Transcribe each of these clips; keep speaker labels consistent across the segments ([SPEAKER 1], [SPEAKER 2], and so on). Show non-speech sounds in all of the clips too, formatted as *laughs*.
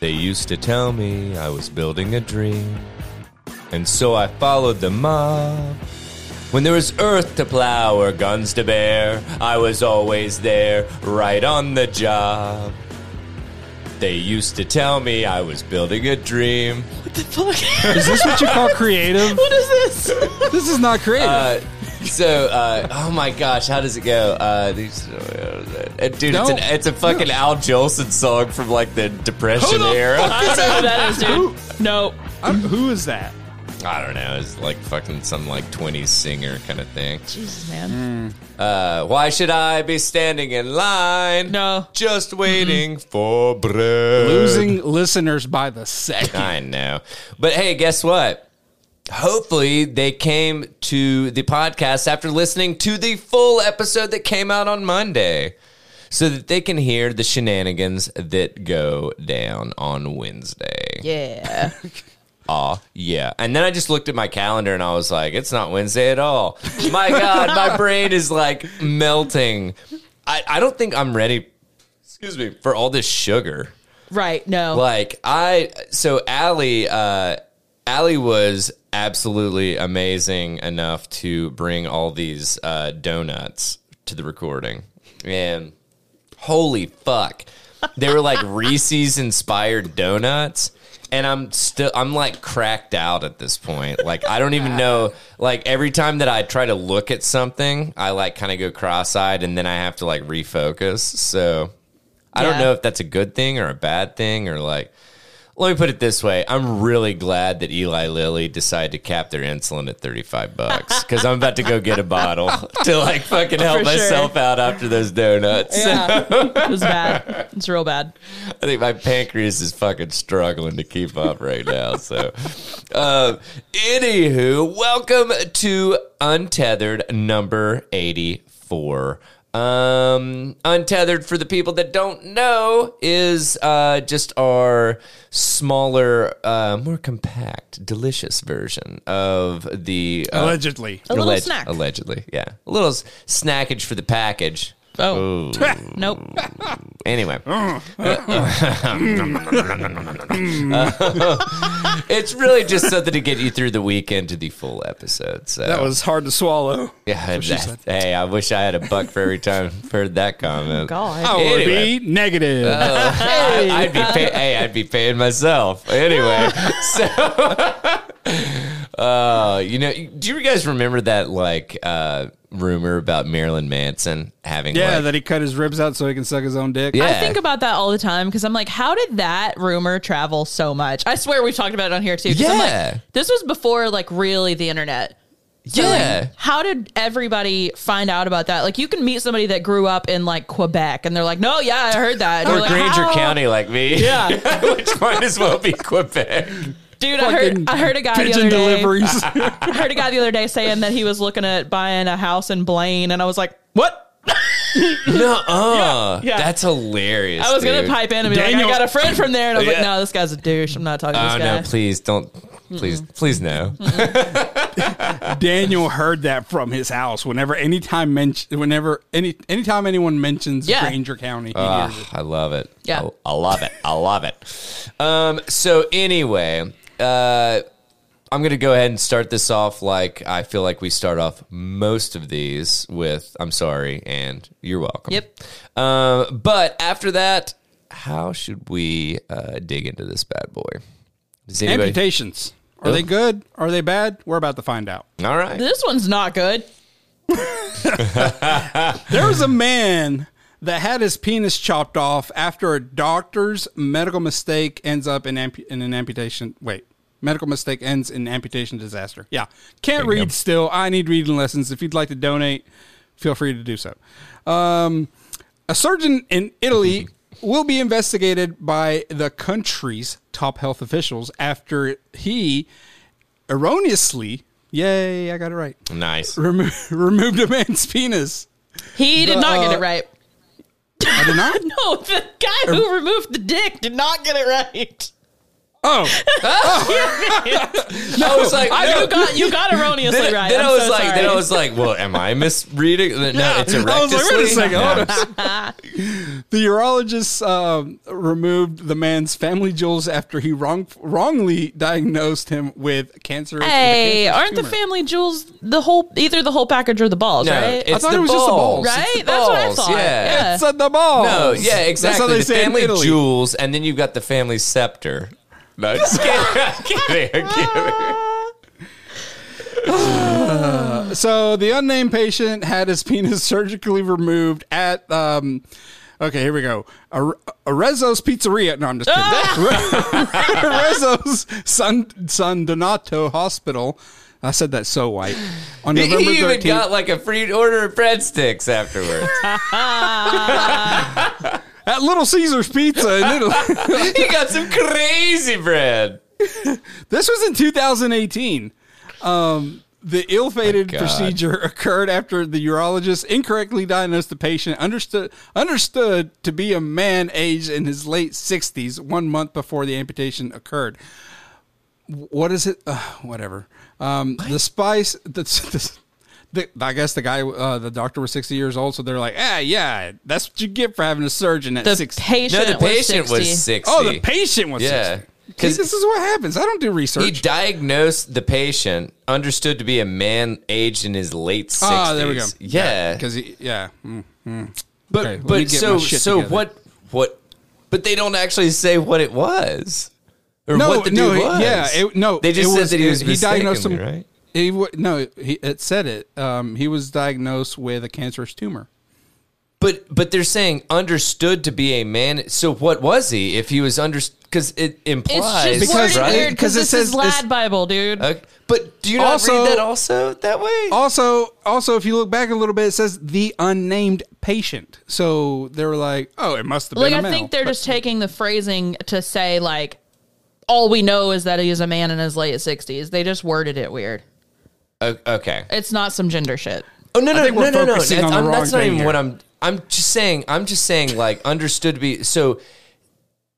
[SPEAKER 1] They used to tell me I was building a dream, and so I followed the mob. When there was earth to plow or guns to bear, I was always there, right on the job. They used to tell me I was building a dream.
[SPEAKER 2] What the fuck?
[SPEAKER 3] Is this what you call creative?
[SPEAKER 2] *laughs* what is this?
[SPEAKER 3] this is not creative.
[SPEAKER 1] Uh, so, uh, oh my gosh, how does it go? Uh, these, uh, dude, it's, an,
[SPEAKER 3] No.
[SPEAKER 1] it's a fucking Al Jolson song from like the Depression
[SPEAKER 3] Who the
[SPEAKER 1] era.
[SPEAKER 2] *laughs* I don't know who that is, *laughs* dude. No.
[SPEAKER 3] I don't- who is that?
[SPEAKER 1] I don't know. It's like fucking some like 20s singer kind of thing.
[SPEAKER 2] Jesus, man.
[SPEAKER 1] Uh, why should I be standing in line?
[SPEAKER 2] No.
[SPEAKER 1] Just waiting for bread.
[SPEAKER 3] Losing listeners by the second.
[SPEAKER 1] I know. But hey, guess what? Hopefully, they came to the podcast after listening to the full episode that came out on Monday so that they can hear the shenanigans that go down on Wednesday.
[SPEAKER 2] Yeah.
[SPEAKER 1] Aw, yeah. And then I just looked at my calendar and I was like, it's not Wednesday at all. My God, my brain is like melting. I, I don't think I'm ready, excuse me, for all this sugar.
[SPEAKER 2] Right. No.
[SPEAKER 1] Like, I, so Allie, uh, Allie was absolutely amazing enough to bring all these uh, donuts to the recording. And holy fuck. They were like Reese's inspired donuts. And I'm still, I'm like cracked out at this point. Like, I don't even know. Like, every time that I try to look at something, I like kind of go cross eyed and then I have to like refocus. So I don't
[SPEAKER 2] Yeah.
[SPEAKER 1] know if that's a good thing or a bad thing or like, let me put it this way. I'm really glad that Eli Lilly decided to cap their insulin at 35 bucks because I'm about to go get a
[SPEAKER 2] *laughs*
[SPEAKER 1] bottle to like fucking help
[SPEAKER 2] For sure.
[SPEAKER 1] myself out after those donuts.
[SPEAKER 2] yeah. *laughs* it was *laughs* bad. It's real bad.
[SPEAKER 1] I think my pancreas is fucking struggling to keep up right now. So, uh, anywho, welcome to Untethered number 84. Um, Untethered, for the people that don't know, is uh, just our smaller, uh, more compact, delicious version of the. Uh,
[SPEAKER 3] Allegedly.
[SPEAKER 2] A little
[SPEAKER 1] alleg-
[SPEAKER 2] snack.
[SPEAKER 1] Allegedly, yeah. A little s- snackage for the package.
[SPEAKER 2] Oh. Nope.
[SPEAKER 1] Anyway, *laughs* it's really just something to get you through the weekend to the full episode. So
[SPEAKER 3] That was hard to swallow.
[SPEAKER 1] yeah. that- hey, I wish I had a buck for every time I've heard that comment.
[SPEAKER 2] God.
[SPEAKER 3] I would
[SPEAKER 1] Anyway.
[SPEAKER 3] be negative.
[SPEAKER 1] I, I'd be pay- hey, I'd be paying myself anyway. So, *laughs* uh, you know, do you guys remember that like uh, rumor about Marilyn Manson having
[SPEAKER 3] yeah,
[SPEAKER 1] like,
[SPEAKER 3] that he cut his ribs out so he can suck his own dick.
[SPEAKER 1] Yeah.
[SPEAKER 2] I think about that all the time because I'm like, how did that rumor travel so much? I swear we've talked about it on here too. 'cause I'm like,
[SPEAKER 1] Yeah.
[SPEAKER 2] this was before like really the internet.
[SPEAKER 1] yeah.
[SPEAKER 2] How did everybody find out about that? Like you can meet somebody that grew up in like Quebec and they're like, no, yeah, I heard that. And
[SPEAKER 1] or
[SPEAKER 2] you're like,
[SPEAKER 1] Granger
[SPEAKER 2] Oh, "How?"
[SPEAKER 1] County like me.
[SPEAKER 2] Yeah.
[SPEAKER 1] *laughs* Which might as well be Quebec.
[SPEAKER 2] Dude, I heard, I heard a guy the
[SPEAKER 3] Pigeon
[SPEAKER 2] other day. *laughs*
[SPEAKER 3] deliveries.
[SPEAKER 2] I heard a guy the other day saying that he was looking at buying a house in Blaine and I was like, what? *laughs*
[SPEAKER 1] No, uh,
[SPEAKER 2] Yeah, yeah.
[SPEAKER 1] that's hilarious.
[SPEAKER 2] I was going
[SPEAKER 1] dude.
[SPEAKER 2] to pipe in and be
[SPEAKER 3] Daniel-
[SPEAKER 2] like, I got a friend from there. And I was
[SPEAKER 1] Yeah.
[SPEAKER 2] like, no, this guy's a douche. I'm not talking to this
[SPEAKER 1] Oh
[SPEAKER 2] guy.
[SPEAKER 1] no! Please don't. Please, please no.
[SPEAKER 3] Daniel heard that from his house. Whenever anytime mention, whenever any anytime anyone mentions
[SPEAKER 2] Yeah.
[SPEAKER 3] Granger County, he hears it.
[SPEAKER 1] Ah, I love it.
[SPEAKER 2] Yeah.
[SPEAKER 1] I, I love it. I love it. Um, so anyway, uh, I'm gonna go ahead and start this off like I feel like we start off most of these with "I'm sorry" and "You're welcome."
[SPEAKER 2] Yep.
[SPEAKER 1] Um, but after that, how should we uh, dig into this bad boy? Does anybody?
[SPEAKER 3] amputations. Are they good? Are they bad? We're about to find out.
[SPEAKER 1] All right.
[SPEAKER 2] This one's not good.
[SPEAKER 3] There was a man that had his penis chopped off after a doctor's medical mistake ends up in, ampu- in an amputation. Wait, medical mistake ends in amputation disaster. Yeah. Can't read still. I need reading lessons. If you'd like to donate, feel free to do so. Um, a surgeon in Italy will be investigated by the country's top health officials after he erroneously, yay, I got it right, *laughs*
[SPEAKER 1] Nice.
[SPEAKER 3] remo- removed a man's penis.
[SPEAKER 2] He did
[SPEAKER 3] The,
[SPEAKER 2] not get
[SPEAKER 3] uh,
[SPEAKER 2] it right. *laughs*
[SPEAKER 3] I did not.
[SPEAKER 1] Er,
[SPEAKER 2] No, the guy who removed the dick did not get it right.
[SPEAKER 3] Oh,
[SPEAKER 1] I was like,
[SPEAKER 2] I-
[SPEAKER 1] no.
[SPEAKER 2] you got
[SPEAKER 1] *laughs*
[SPEAKER 2] you got erroneously
[SPEAKER 1] then,
[SPEAKER 2] right.
[SPEAKER 1] then
[SPEAKER 2] I'm
[SPEAKER 1] i was
[SPEAKER 2] so
[SPEAKER 1] like,
[SPEAKER 2] sorry.
[SPEAKER 1] then I
[SPEAKER 2] *laughs*
[SPEAKER 1] was like, well, am I misreading? No, it's erectus.
[SPEAKER 3] I was like, wait a second, hold on.
[SPEAKER 1] Yeah.
[SPEAKER 3] *laughs* The urologist um, removed the man's family jewels after he wrong, wrongly diagnosed him
[SPEAKER 1] *laughs*
[SPEAKER 3] with cancer. with a
[SPEAKER 2] Hey,
[SPEAKER 3] cancerous
[SPEAKER 2] aren't the
[SPEAKER 3] tumor.
[SPEAKER 2] family jewels the whole either the whole package or the balls,
[SPEAKER 1] No,
[SPEAKER 2] right?
[SPEAKER 1] it's *laughs*
[SPEAKER 3] I thought
[SPEAKER 1] the
[SPEAKER 3] it was just
[SPEAKER 1] balls.
[SPEAKER 3] the balls.
[SPEAKER 1] It's
[SPEAKER 2] Right?
[SPEAKER 1] the
[SPEAKER 2] That's what I
[SPEAKER 1] balls,
[SPEAKER 2] thought.
[SPEAKER 1] Yeah.
[SPEAKER 2] Yeah.
[SPEAKER 3] It's at the ball.
[SPEAKER 1] No, yeah, exactly.
[SPEAKER 3] That's how they
[SPEAKER 1] the
[SPEAKER 3] say
[SPEAKER 1] family
[SPEAKER 3] it in Italy.
[SPEAKER 1] jewels, and then you've got the family scepter. No, I'm just *laughs* kidding. I'm kidding. I'm kidding.
[SPEAKER 3] So the unnamed patient had his *laughs* penis surgically removed at. Um, okay, here we go. Ar- Arezzo's Pizzeria. No, I'm just kidding. *laughs* Arezzo's San San Donato Hospital. I said that so white.
[SPEAKER 1] *laughs*
[SPEAKER 3] On November
[SPEAKER 1] *laughs* He even
[SPEAKER 3] 13th.
[SPEAKER 1] got like a free order of breadsticks
[SPEAKER 3] *laughs*
[SPEAKER 1] afterwards.
[SPEAKER 3] at Little Caesar's Pizza in Italy. *laughs*
[SPEAKER 1] he got some crazy bread.
[SPEAKER 3] This was in 2018. Um, the ill-fated
[SPEAKER 1] My God.
[SPEAKER 3] procedure occurred after the urologist incorrectly diagnosed the patient understood understood to be a man aged in his late 60s, one month before the amputation occurred. What is it? Uh, whatever. Um, the spice. The, the, the, I guess the guy, uh, the doctor was 60 years old, so they're like, ah, yeah, that's what you get for having a surgeon
[SPEAKER 2] *laughs*
[SPEAKER 3] at
[SPEAKER 2] the
[SPEAKER 3] 60.
[SPEAKER 1] No,
[SPEAKER 2] patient.
[SPEAKER 1] the patient was
[SPEAKER 2] 60.
[SPEAKER 1] 60.
[SPEAKER 3] oh, the patient was
[SPEAKER 1] Yeah.
[SPEAKER 3] 60. See, this is what happens. I don't do research.
[SPEAKER 1] He diagnosed the patient, understood to be a man aged in his late 60s.
[SPEAKER 3] Ah, there we go.
[SPEAKER 1] Yeah.
[SPEAKER 3] because yeah, mm, mm.
[SPEAKER 1] but
[SPEAKER 3] Okay, let me
[SPEAKER 1] but
[SPEAKER 3] get my
[SPEAKER 1] so
[SPEAKER 3] shit
[SPEAKER 1] so
[SPEAKER 3] together.
[SPEAKER 1] what what but they don't actually say what it was. Or
[SPEAKER 3] no,
[SPEAKER 1] what the
[SPEAKER 3] no,
[SPEAKER 1] dude was.
[SPEAKER 3] yeah, it, no,
[SPEAKER 1] They just
[SPEAKER 3] it
[SPEAKER 1] said that he was
[SPEAKER 3] he diagnosed him.
[SPEAKER 1] mistakenly, right?
[SPEAKER 3] He wa- no, he, it said it. Um, he was diagnosed with a cancerous tumor.
[SPEAKER 1] But but they're saying understood to be a man. So what was he if he was under? Because it
[SPEAKER 2] It's
[SPEAKER 1] implies
[SPEAKER 2] just
[SPEAKER 3] Because-
[SPEAKER 2] worded
[SPEAKER 3] right?
[SPEAKER 2] weird because
[SPEAKER 3] Because it
[SPEAKER 2] this is
[SPEAKER 3] says- it's-
[SPEAKER 2] Lad Bible, dude.
[SPEAKER 1] Okay. But do you not
[SPEAKER 3] Also-
[SPEAKER 1] read that also that way?
[SPEAKER 3] Also, also, if you look back a little bit, it says the unnamed patient. So they were like, oh, it must have
[SPEAKER 2] like
[SPEAKER 3] been.
[SPEAKER 2] I
[SPEAKER 3] a male.
[SPEAKER 2] think they're just taking the phrasing to say like all we know is that he is a man in his late sixties. They just worded it weird.
[SPEAKER 1] O- okay.
[SPEAKER 2] It's not some gender shit.
[SPEAKER 1] Oh no no
[SPEAKER 3] think
[SPEAKER 1] no
[SPEAKER 3] we're
[SPEAKER 1] no no! That's,
[SPEAKER 3] focusing on the
[SPEAKER 1] I'm-
[SPEAKER 3] wrong
[SPEAKER 1] that's not
[SPEAKER 3] thing
[SPEAKER 1] even
[SPEAKER 3] here.
[SPEAKER 1] what I'm. I'm just saying. I'm just saying. Like understood to be so.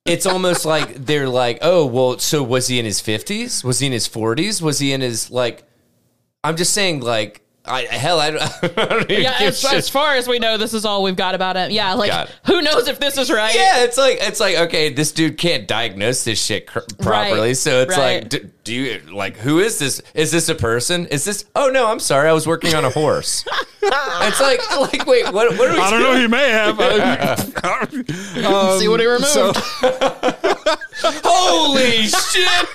[SPEAKER 1] It's almost like they're like, oh well. So was he in his fifties? Was he in his forties? Was he in his like? I'm just saying. Like I hell, I don't. *laughs* I don't even
[SPEAKER 2] Yeah,
[SPEAKER 1] give
[SPEAKER 2] as,
[SPEAKER 1] shit.
[SPEAKER 2] as far as we know, this is all we've got about it. Yeah, like
[SPEAKER 1] Got it.
[SPEAKER 2] who knows if this is right?
[SPEAKER 1] Yeah, it's like it's like okay, this dude can't diagnose this shit cr- properly.
[SPEAKER 2] Right,
[SPEAKER 1] So it's
[SPEAKER 2] right.
[SPEAKER 1] like, do, do you like who is this? Is this a person? Is this? Oh no, I'm sorry, I was working on a
[SPEAKER 3] *laughs*
[SPEAKER 1] horse. it's like like wait, what? What are we?
[SPEAKER 3] I don't know. He may *laughs* have. Um,
[SPEAKER 2] see what he removed.
[SPEAKER 3] so-
[SPEAKER 1] *laughs* Holy shit!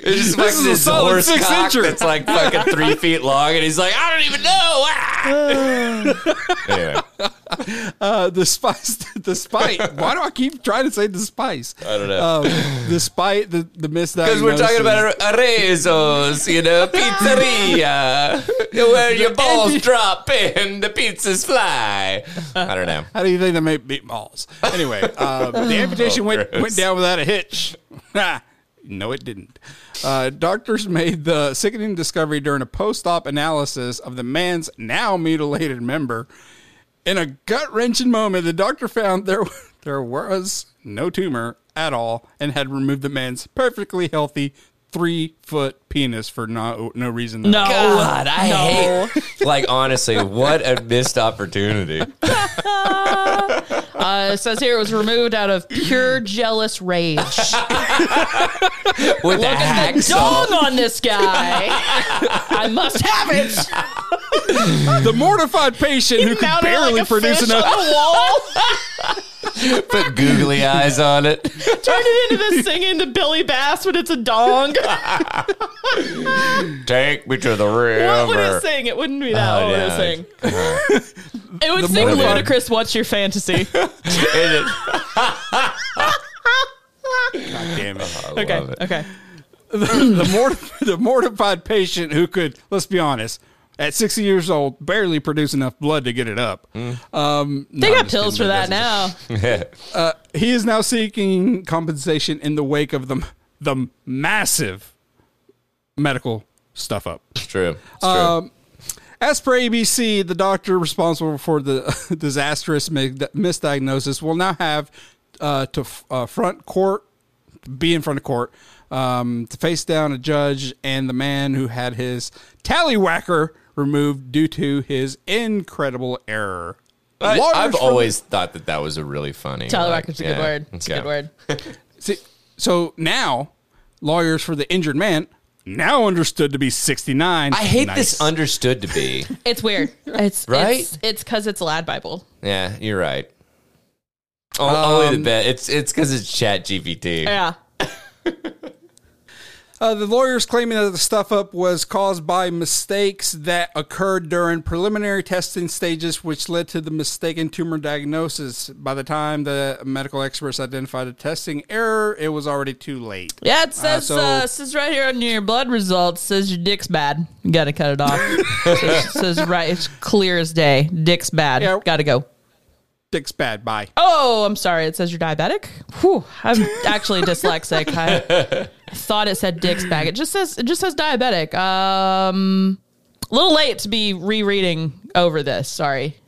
[SPEAKER 1] It's just
[SPEAKER 3] This
[SPEAKER 1] fucking
[SPEAKER 3] is a
[SPEAKER 1] this
[SPEAKER 3] solid
[SPEAKER 1] horse
[SPEAKER 3] six
[SPEAKER 1] cock
[SPEAKER 3] incher.
[SPEAKER 1] that's like fucking three feet long, and he's like, I don't even know. Ah!
[SPEAKER 3] *laughs*
[SPEAKER 1] *laughs* anyway,
[SPEAKER 3] Uh, the spice, *laughs* despite. Why do I keep trying to say the spice? I
[SPEAKER 1] don't know.
[SPEAKER 3] Um, despite the the
[SPEAKER 1] *laughs*
[SPEAKER 3] misdiagnosis,
[SPEAKER 1] because we're talking about arezos, you know, pizzeria, where your balls drop and the pizzas fly. I don't know.
[SPEAKER 3] How do you think they make meatballs? Anyway, uh, the amputation went,
[SPEAKER 1] gross.
[SPEAKER 3] went down without a hitch. *laughs* no, it didn't. Uh, doctors made the sickening discovery during a post op analysis of the man's now mutilated member. In a gut wrenching moment, the doctor found there, *laughs* there was no tumor at all and had removed the man's perfectly healthy three foot penis for no, no reason. at
[SPEAKER 2] No.
[SPEAKER 3] all.
[SPEAKER 1] God, I
[SPEAKER 2] No. *laughs*
[SPEAKER 1] hate. Like honestly, what a missed opportunity.
[SPEAKER 2] Uh, it says here it was removed out of pure jealous rage. *laughs*
[SPEAKER 1] With a hacksaw.
[SPEAKER 2] Dog on this guy. *laughs* I must have it.
[SPEAKER 3] The mortified patient who could
[SPEAKER 2] Mounted
[SPEAKER 3] barely
[SPEAKER 2] like a
[SPEAKER 3] produce
[SPEAKER 2] fish
[SPEAKER 3] enough. *laughs*
[SPEAKER 2] on the *laughs* wall.
[SPEAKER 1] *laughs* Put googly eyes on it.
[SPEAKER 2] Turned it into this thing into Billy Bass, but it's a dong. *laughs*
[SPEAKER 1] Take me to the river.
[SPEAKER 2] What would it sing? It wouldn't be that.
[SPEAKER 1] Oh,
[SPEAKER 2] what would
[SPEAKER 1] yeah. Uh-huh.
[SPEAKER 2] it sing? it would sing
[SPEAKER 1] mortified-
[SPEAKER 2] ludicrous. What's your fantasy?
[SPEAKER 1] It is-
[SPEAKER 3] Damn it.
[SPEAKER 2] *laughs* Okay.
[SPEAKER 1] love it.
[SPEAKER 2] Okay.
[SPEAKER 3] the, mort- *laughs* the mortified patient who could, let's be honest, at 60 years old, barely produce enough blood to get it up. Um,
[SPEAKER 2] They got pills for that now.
[SPEAKER 1] *laughs*
[SPEAKER 3] he is now seeking compensation in the wake of the, the massive medical stuff up.
[SPEAKER 1] It's true. It's true.
[SPEAKER 3] Um, as per ABC, the doctor responsible for the *laughs* disastrous mi- misdiagnosis will now have uh, to f- uh, front court, be in front of court um, to face down a judge and the man who had his tallywhacker removed due to his incredible error.
[SPEAKER 1] I,
[SPEAKER 3] Lawyers
[SPEAKER 1] I've
[SPEAKER 3] from-
[SPEAKER 1] always thought that that was a really funny.
[SPEAKER 2] Tallywhacker's
[SPEAKER 1] like,
[SPEAKER 2] a good
[SPEAKER 1] yeah,
[SPEAKER 2] word. It's
[SPEAKER 1] yeah.
[SPEAKER 2] a good
[SPEAKER 1] *laughs*
[SPEAKER 2] word.
[SPEAKER 3] See, so now lawyers for the injured man now understood to be 69.
[SPEAKER 1] I hate
[SPEAKER 3] Nice.
[SPEAKER 1] this understood to
[SPEAKER 3] *laughs*
[SPEAKER 1] be.
[SPEAKER 2] It's weird. It's
[SPEAKER 1] Right?
[SPEAKER 2] It's it's because it's a lad bible.
[SPEAKER 1] yeah, you're right. Oh, O- only
[SPEAKER 3] Um,
[SPEAKER 1] the bet. It's it's because it's Chat GPT.
[SPEAKER 2] Yeah.
[SPEAKER 3] Uh, the lawyers claiming that the stuff up was caused by mistakes that occurred during preliminary testing stages, which led to the mistaken tumor diagnosis. By the time the medical experts identified a testing error, it was already too late.
[SPEAKER 2] Yeah, it says, uh,
[SPEAKER 3] so-
[SPEAKER 2] it says right here on your blood results, says your dick's bad. You gotta cut
[SPEAKER 1] *laughs*
[SPEAKER 2] it off. says, says right, it's clear as day. Dick's bad.
[SPEAKER 3] Yeah.
[SPEAKER 2] Gotta go.
[SPEAKER 3] Dick's bad. Bye.
[SPEAKER 2] Oh, I'm sorry. It says you're diabetic. Whew, I'm actually dyslexic. I thought it said dick's bad. It just says it just says diabetic. Um, a little late to be rereading over this. Sorry.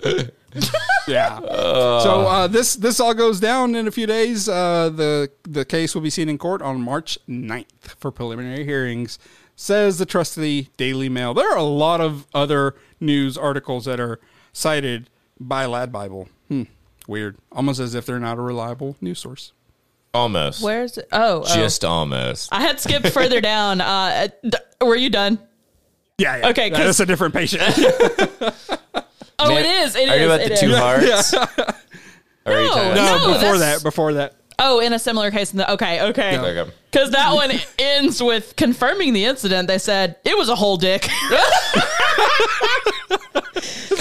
[SPEAKER 3] Yeah. so uh, this this all goes down in a few days. Uh, the the case will be seen in court on March 9th for preliminary hearings. Says the trustee Daily Mail. There are a lot of other news articles that are cited by Lad Bible. Hmm. Weird. Almost as if they're not a reliable news source.
[SPEAKER 1] Almost.
[SPEAKER 2] Where's it? Oh, oh.
[SPEAKER 1] Just almost.
[SPEAKER 2] I had skipped further down. Uh, d- were you done?
[SPEAKER 3] Yeah. yeah.
[SPEAKER 2] Okay, 'cause-
[SPEAKER 3] That's a
[SPEAKER 2] *laughs*
[SPEAKER 3] different patient.
[SPEAKER 2] Oh,
[SPEAKER 1] Man,
[SPEAKER 2] it is. It
[SPEAKER 1] Are you
[SPEAKER 2] is,
[SPEAKER 1] about
[SPEAKER 2] it
[SPEAKER 1] the
[SPEAKER 2] is.
[SPEAKER 1] two
[SPEAKER 3] *laughs*
[SPEAKER 1] hearts? Or are you
[SPEAKER 2] No,
[SPEAKER 1] talking
[SPEAKER 2] no.
[SPEAKER 1] about-
[SPEAKER 3] before
[SPEAKER 2] that's-
[SPEAKER 3] that. Before that.
[SPEAKER 2] Oh, in a similar case. in the- Okay, okay.
[SPEAKER 1] Okay.
[SPEAKER 2] Because that one ends with confirming the incident. They said it was a whole dick. *laughs*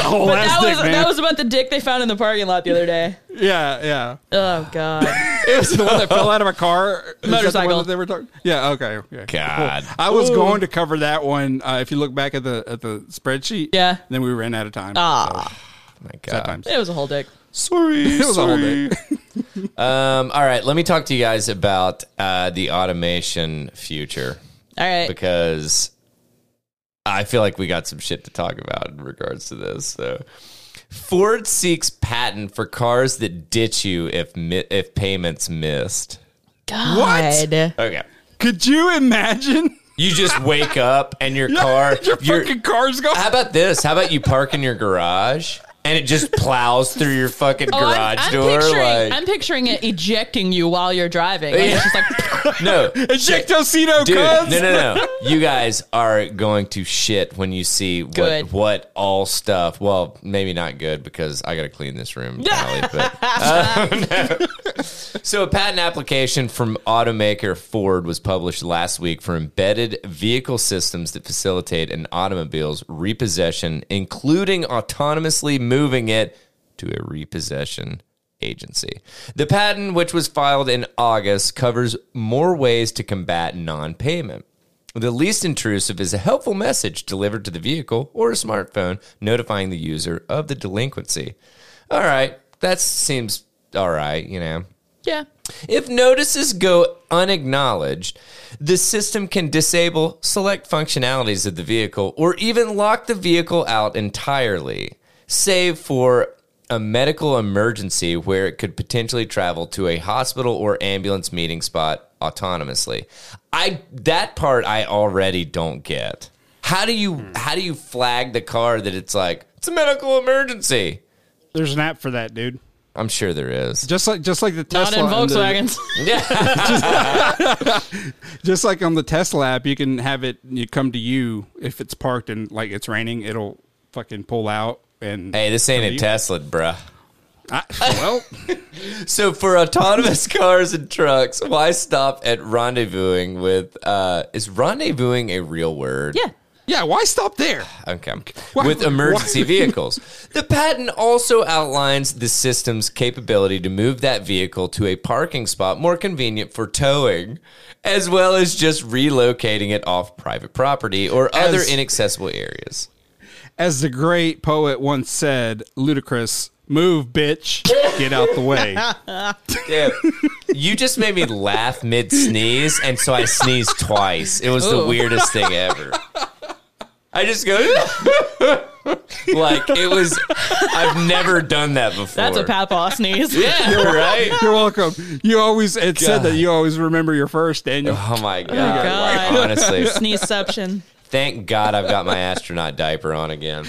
[SPEAKER 3] Oh,
[SPEAKER 2] But that was that was about the dick they found in the parking lot the other day.
[SPEAKER 3] yeah. Yeah.
[SPEAKER 2] Oh God.
[SPEAKER 3] It was the one that fell out of a car. Is that the one
[SPEAKER 2] Motorcycle.
[SPEAKER 3] that they were talking. Yeah. Okay. okay.
[SPEAKER 1] God.
[SPEAKER 3] I was going to cover that one. Uh, if you look back at the at the spreadsheet,
[SPEAKER 2] Yeah.
[SPEAKER 3] Then we ran out of time.
[SPEAKER 2] Ah.
[SPEAKER 1] My
[SPEAKER 3] so,
[SPEAKER 1] God.
[SPEAKER 2] *laughs*
[SPEAKER 3] times.
[SPEAKER 2] It was a whole dick.
[SPEAKER 1] Sorry.
[SPEAKER 3] *laughs* It was a whole day.
[SPEAKER 1] Um, all right, let me talk to you guys about uh, the automation future
[SPEAKER 2] All right.
[SPEAKER 1] because I feel like we got some shit to talk about in regards to this. So, Ford seeks patent for cars that ditch you if mi- if payments missed.
[SPEAKER 2] God.
[SPEAKER 1] Okay,
[SPEAKER 3] Could you imagine *laughs*
[SPEAKER 1] you just wake up and your car
[SPEAKER 3] your
[SPEAKER 1] your-
[SPEAKER 3] fucking car's
[SPEAKER 1] *laughs*
[SPEAKER 3] gone?
[SPEAKER 1] How about this? How about you park in your garage and it just plows through your fucking
[SPEAKER 2] Oh, I'm,
[SPEAKER 1] garage
[SPEAKER 2] I'm
[SPEAKER 1] door?
[SPEAKER 2] picturing
[SPEAKER 1] like,
[SPEAKER 2] I'm picturing it ejecting you while you're driving. Like, it's just like *laughs*
[SPEAKER 1] no,
[SPEAKER 3] Ejectocito,
[SPEAKER 1] Dude, no,
[SPEAKER 3] cuz.
[SPEAKER 1] no, no. You guys are going to shit when you see what
[SPEAKER 2] Good.
[SPEAKER 1] what all stuff. Well, maybe not good because I got to clean this room. Allie, but, uh, no. So, a patent application from automaker Ford was published last week for embedded vehicle systems that facilitate an automobile's repossession, including autonomously moving it to a repossession agency. The patent, which was filed in August, covers more ways to combat non payment. The least intrusive is a helpful message delivered to the vehicle or a smartphone notifying the user of the delinquency. All right, that seems all right, you know.
[SPEAKER 2] yeah.
[SPEAKER 1] If notices go unacknowledged, the system can disable select functionalities of the vehicle or even lock the vehicle out entirely, save for a medical emergency where it could potentially travel to a hospital or ambulance meeting spot autonomously. I that part I already don't get. How do you how do you flag the car that it's like it's a medical emergency?
[SPEAKER 3] There's an app for that, dude.
[SPEAKER 1] I'm sure there is.
[SPEAKER 3] Just like just like the
[SPEAKER 2] Not
[SPEAKER 3] Tesla,
[SPEAKER 2] in
[SPEAKER 3] and the-
[SPEAKER 2] Volkswagens.
[SPEAKER 1] Yeah.
[SPEAKER 3] *laughs* just like on the Tesla app, you can have it. You come to you if it's parked and like it's raining, it'll fucking pull out and
[SPEAKER 1] hey, this ain't a Tesla, bruh.
[SPEAKER 3] I, well, *laughs*
[SPEAKER 1] So for autonomous *laughs* cars and trucks, why stop at rendezvousing with uh is rendezvousing a real word?
[SPEAKER 2] yeah.
[SPEAKER 3] yeah. Why stop there?
[SPEAKER 1] Okay.
[SPEAKER 3] Why-
[SPEAKER 1] With emergency
[SPEAKER 3] why- *laughs*
[SPEAKER 1] vehicles. The patent also outlines the system's capability to move that vehicle to a parking spot more convenient for towing, as well as just relocating it off private property or other
[SPEAKER 3] As-
[SPEAKER 1] inaccessible areas.
[SPEAKER 3] As the great poet once said, ludicrous, move, bitch, get out the way.
[SPEAKER 1] Dude, you just made me laugh mid sneeze, and so I sneezed twice. It was the
[SPEAKER 2] Ooh. *laughs*
[SPEAKER 1] weirdest thing ever. I just go. Like it was, I've never done that before.
[SPEAKER 2] That's a papa sneeze.
[SPEAKER 1] Yeah, *laughs* right.
[SPEAKER 3] You're welcome. You always it said that
[SPEAKER 1] God.
[SPEAKER 3] you always remember your first, Daniel.
[SPEAKER 1] Oh my god!
[SPEAKER 2] God.
[SPEAKER 1] Like, honestly,
[SPEAKER 2] Sneezeception.
[SPEAKER 1] thank God I've got my astronaut diaper on again.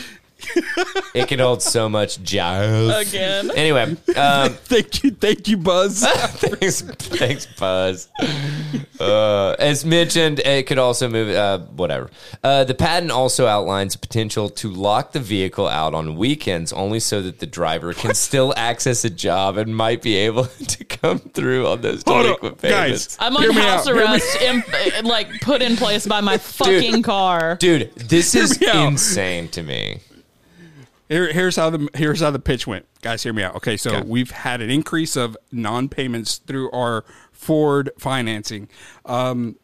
[SPEAKER 1] It can hold so much jazz.
[SPEAKER 2] Again.
[SPEAKER 1] Anyway, um,
[SPEAKER 3] Thank you, thank you, Buzz.
[SPEAKER 1] thanks, thanks, Buzz. Uh, as mentioned, it could also move. Uh, whatever. Uh, the patent also outlines potential to lock the vehicle out on weekends, only so that the driver can still access a job and might be able *laughs* to come through on those
[SPEAKER 3] Hold on,
[SPEAKER 1] delinquent payments.
[SPEAKER 3] guys.
[SPEAKER 2] I'm on
[SPEAKER 3] Hear me
[SPEAKER 2] house
[SPEAKER 3] out. Hear me-
[SPEAKER 2] arrest, imp- like put in place by my fucking car.
[SPEAKER 1] Dude, this is
[SPEAKER 3] me out.
[SPEAKER 1] insane to me.
[SPEAKER 3] Here, here's how the here's how the pitch went, guys. Hear me out. Okay, so
[SPEAKER 1] Okay.
[SPEAKER 3] we've had an increase of non-payments through our Ford financing. Um,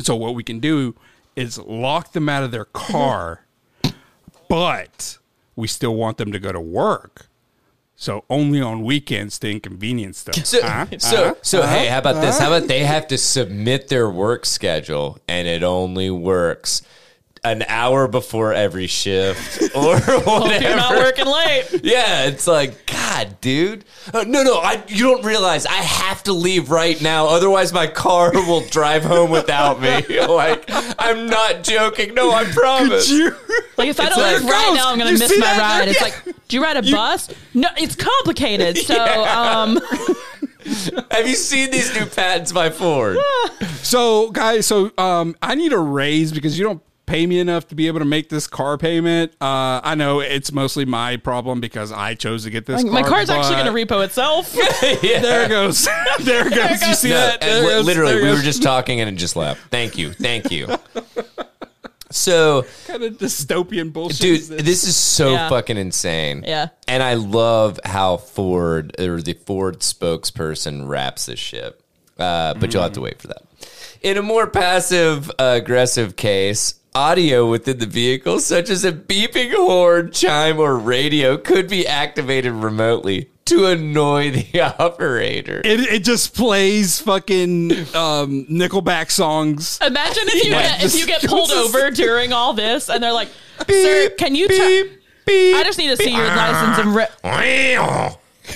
[SPEAKER 3] so what we can do is lock them out of their car, but we still want them to go to work. So only on weekends to inconvenience them.
[SPEAKER 1] So,
[SPEAKER 2] Uh-huh.
[SPEAKER 3] Huh?
[SPEAKER 1] so,
[SPEAKER 3] Huh?
[SPEAKER 1] so hey, how about this? How about they have to submit their work schedule and it only works an hour before every
[SPEAKER 2] *laughs*
[SPEAKER 1] shift or
[SPEAKER 2] Hope Oh, you're not
[SPEAKER 1] whatever?
[SPEAKER 2] working late.
[SPEAKER 1] Yeah, it's like, God, dude. Uh, no, no, I, you don't realize I have to leave right now. Otherwise, my car *laughs* will drive home without me. *laughs* like, I'm not joking. No, I *laughs* promise.
[SPEAKER 2] Like if I
[SPEAKER 1] It's like-
[SPEAKER 2] don't leave right
[SPEAKER 3] Girls,
[SPEAKER 2] now, I'm gonna
[SPEAKER 3] you
[SPEAKER 2] miss
[SPEAKER 3] see
[SPEAKER 2] my
[SPEAKER 3] that?
[SPEAKER 2] ride. It's like, do you ride a bus? No, it's complicated. So, um,
[SPEAKER 1] have you seen these new patents by
[SPEAKER 2] *laughs*
[SPEAKER 1] Ford? *laughs*
[SPEAKER 3] So, guys, so um, I need a raise because you don't pay me enough to be able to make this car payment. Uh, I know it's mostly my problem because I chose to get this.
[SPEAKER 2] my
[SPEAKER 3] car,
[SPEAKER 2] car's actually
[SPEAKER 3] but-
[SPEAKER 2] gonna repo itself.
[SPEAKER 1] yeah.
[SPEAKER 3] There it goes. *laughs* there it goes. You see
[SPEAKER 1] No,
[SPEAKER 3] that?
[SPEAKER 1] and
[SPEAKER 3] There it
[SPEAKER 1] li-
[SPEAKER 3] goes.
[SPEAKER 1] literally,
[SPEAKER 3] There it
[SPEAKER 1] we were
[SPEAKER 3] *laughs* goes.
[SPEAKER 1] just talking and it just left. Thank you, thank you. So,
[SPEAKER 3] kind of dystopian bullshit.
[SPEAKER 1] dude,
[SPEAKER 3] is this?
[SPEAKER 1] this is so
[SPEAKER 2] Yeah.
[SPEAKER 1] fucking insane.
[SPEAKER 2] Yeah.
[SPEAKER 1] and I love how Ford or the Ford spokesperson wraps this shit. Uh, but you'll have to wait for that. In a more passive aggressive case, audio within the vehicle, such as a beeping horn, chime, or radio, could be activated remotely to annoy the *laughs* operator.
[SPEAKER 3] It, it just plays fucking um, Nickelback songs.
[SPEAKER 2] Imagine if you
[SPEAKER 1] Yeah.
[SPEAKER 2] get, if you get
[SPEAKER 3] *laughs*
[SPEAKER 2] pulled over during all this, and they're like, "Sir,
[SPEAKER 3] Beep,
[SPEAKER 2] can you?"
[SPEAKER 3] beep,
[SPEAKER 2] T-
[SPEAKER 3] beep. Ah.
[SPEAKER 2] I just need to see your license and. Re-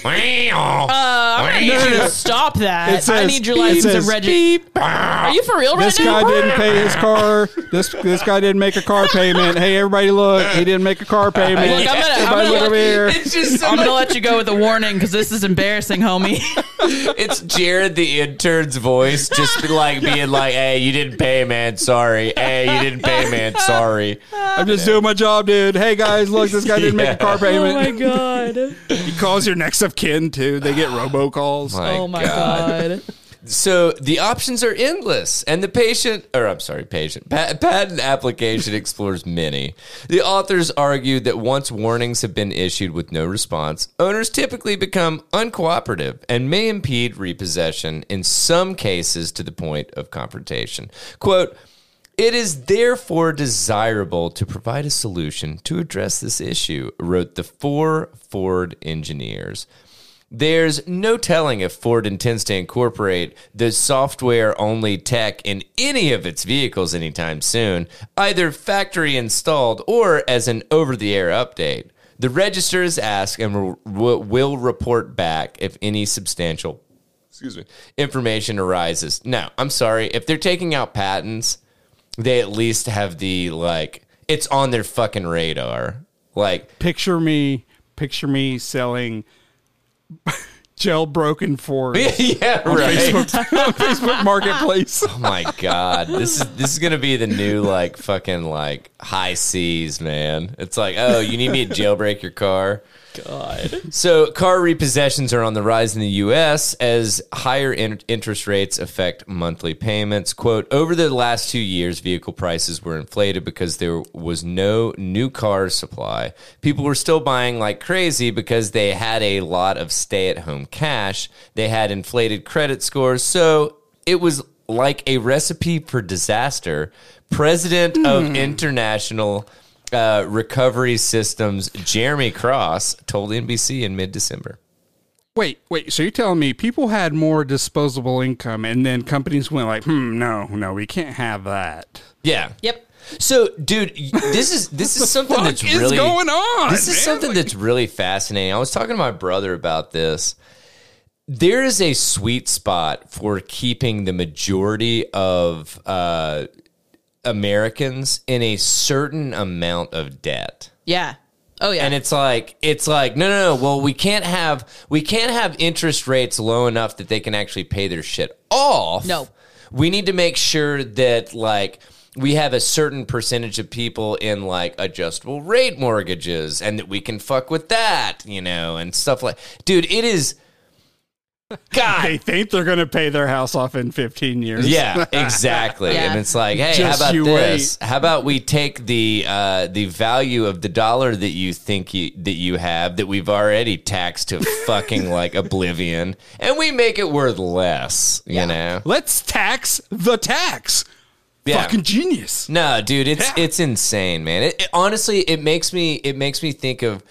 [SPEAKER 2] I need you to stop that.
[SPEAKER 3] It
[SPEAKER 2] I
[SPEAKER 3] says-
[SPEAKER 2] need your
[SPEAKER 3] it
[SPEAKER 2] license and
[SPEAKER 3] says
[SPEAKER 2] reg. Are you for real right
[SPEAKER 3] This
[SPEAKER 2] now?
[SPEAKER 3] guy didn't pay his car. This this guy didn't make a car payment. Hey, everybody, look! He didn't make a car payment.
[SPEAKER 2] Look, I'm gonna- I'm
[SPEAKER 3] everybody,
[SPEAKER 2] gonna
[SPEAKER 3] look
[SPEAKER 2] let- *laughs*
[SPEAKER 3] over here.
[SPEAKER 1] It's just so
[SPEAKER 2] *laughs* I'm gonna let you go with a warning because this is embarrassing,
[SPEAKER 3] *laughs*
[SPEAKER 2] homie.
[SPEAKER 1] It's Jared the intern's voice, just like being like, "Hey, you didn't pay, man. Sorry. Hey, you didn't pay, man. Sorry."
[SPEAKER 3] I'm just doing my job, dude. Hey guys, look, this guy didn't make a car payment.
[SPEAKER 2] Oh
[SPEAKER 3] *laughs*
[SPEAKER 2] god!
[SPEAKER 3] He calls your next of kin too. They get robocalls.
[SPEAKER 1] My
[SPEAKER 2] *laughs* Oh my god!
[SPEAKER 1] So the options are endless, and the patient, or I'm sorry, patient pa- patent application explores many. The authors argued that once warnings have been issued with no response, owners typically become uncooperative and may impede repossession in some cases to the point of confrontation. Quote. It is therefore desirable to provide a solution to address this issue, wrote the four Ford engineers. There's no telling if Ford intends to incorporate the software only tech in any of its vehicles anytime soon, either factory installed or as an over the air update. The register is asked and will- will will report back if any substantial excuse me, information arises. Now, I'm sorry, if they're taking out patents, they at least have the like it's on their fucking radar. Like *laughs*
[SPEAKER 3] Picture me, picture me selling jailbroken
[SPEAKER 2] *laughs*
[SPEAKER 3] Ford
[SPEAKER 1] yeah, right.
[SPEAKER 3] Facebook, *laughs* on Facebook Marketplace.
[SPEAKER 1] Oh my god, this is this is gonna be the new like fucking like high seas, man. It's like, oh, you need me to jailbreak your car. God. So car repossessions are on the rise in the U.S. as higher in- interest rates affect monthly payments. Quote: Over the last two years, vehicle prices were inflated because there was no new car supply. People were still buying like crazy because they had a lot of stay-at-home cash. They had inflated credit scores, so it was like a recipe for disaster. President of International uh, Recovery Systems, Jeremy Cross, told NBC in mid December.
[SPEAKER 3] Wait, wait. So you're telling me people had more disposable income, and then companies went like, "Hmm, no, no, we can't have that."
[SPEAKER 1] Yeah.
[SPEAKER 2] Yep.
[SPEAKER 1] So, dude, y- this is
[SPEAKER 3] *laughs*
[SPEAKER 1] this is something
[SPEAKER 3] fuck
[SPEAKER 1] that's
[SPEAKER 3] is
[SPEAKER 1] really
[SPEAKER 3] going on,
[SPEAKER 1] This is
[SPEAKER 3] man?
[SPEAKER 1] something that's really fascinating. I was talking to my brother about this. There is a sweet spot for keeping the majority of uh, Americans in a certain amount of debt.
[SPEAKER 2] Yeah. Oh yeah.
[SPEAKER 1] And it's like it's like no no no well we can't have we can't have interest rates low enough that they can actually pay their shit off.
[SPEAKER 2] No.
[SPEAKER 1] We need to make sure that like we have a certain percentage of people in like adjustable rate mortgages and that we can fuck with that, you know, and stuff like Dude, it is
[SPEAKER 3] They
[SPEAKER 1] God.
[SPEAKER 3] think they're going to pay their house off in 15
[SPEAKER 1] *laughs*
[SPEAKER 3] years. *laughs*
[SPEAKER 1] Yeah, exactly.
[SPEAKER 2] Yeah.
[SPEAKER 1] And it's like, hey,
[SPEAKER 3] Just
[SPEAKER 1] how about
[SPEAKER 3] you
[SPEAKER 1] this? How about we take the uh, the value of the dollar that you think you, that you have that we've already taxed
[SPEAKER 3] *laughs*
[SPEAKER 1] to fucking like oblivion, and we make it worth less. You know,
[SPEAKER 3] Let's tax the tax.
[SPEAKER 1] yeah.
[SPEAKER 3] Fucking genius.
[SPEAKER 1] No, dude, it's
[SPEAKER 3] Yeah.
[SPEAKER 1] it's insane, man. It, it- honestly, it makes me it makes me think of.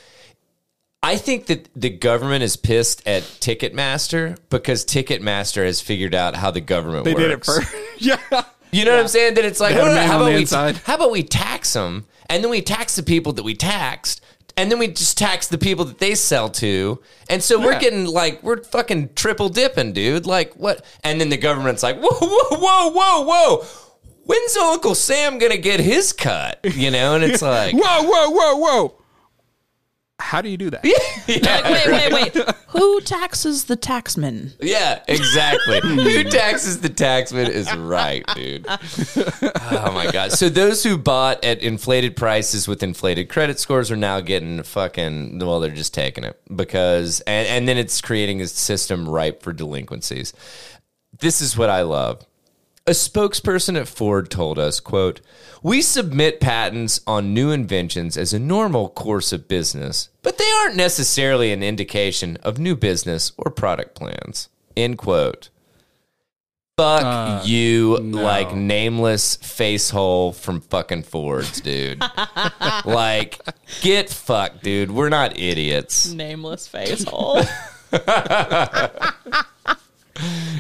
[SPEAKER 1] I think that the government is pissed at Ticketmaster because Ticketmaster has figured out how the government
[SPEAKER 3] They
[SPEAKER 1] works.
[SPEAKER 3] did it first. *laughs* yeah.
[SPEAKER 1] You know what I'm saying? That it's like,
[SPEAKER 3] They had
[SPEAKER 1] no,
[SPEAKER 3] a
[SPEAKER 1] no, no,
[SPEAKER 3] man
[SPEAKER 1] how
[SPEAKER 3] on
[SPEAKER 1] about
[SPEAKER 3] the
[SPEAKER 1] we
[SPEAKER 3] inside.
[SPEAKER 1] how about we tax them, and then we tax the people that we taxed, and then we just tax the people that they sell to, and so we're
[SPEAKER 3] Yeah.
[SPEAKER 1] getting like we're fucking triple dipping, dude. Like what? And then the government's like, whoa, whoa, whoa, whoa, whoa. When's Uncle Sam gonna get his cut? You know, and it's
[SPEAKER 3] *laughs*
[SPEAKER 1] like,
[SPEAKER 3] Whoa, whoa, whoa, whoa. How do you do that?
[SPEAKER 2] Like, wait, wait,
[SPEAKER 3] *laughs*
[SPEAKER 2] wait. Who taxes the taxman?
[SPEAKER 1] yeah, exactly. who taxes the taxman is right, dude. Oh my god! So those who bought at inflated prices with inflated credit scores are now getting fucking well. They're just taking it because and and then it's creating a system ripe for delinquencies. This is what I love. A spokesperson at Ford told us, quote, "We submit patents on new inventions as a normal course of business, but they aren't necessarily an indication of new business or product plans." End quote. Fuck you, like nameless facehole from fucking Ford's, dude. like, get fucked, dude. We're not idiots.
[SPEAKER 2] Nameless face hole.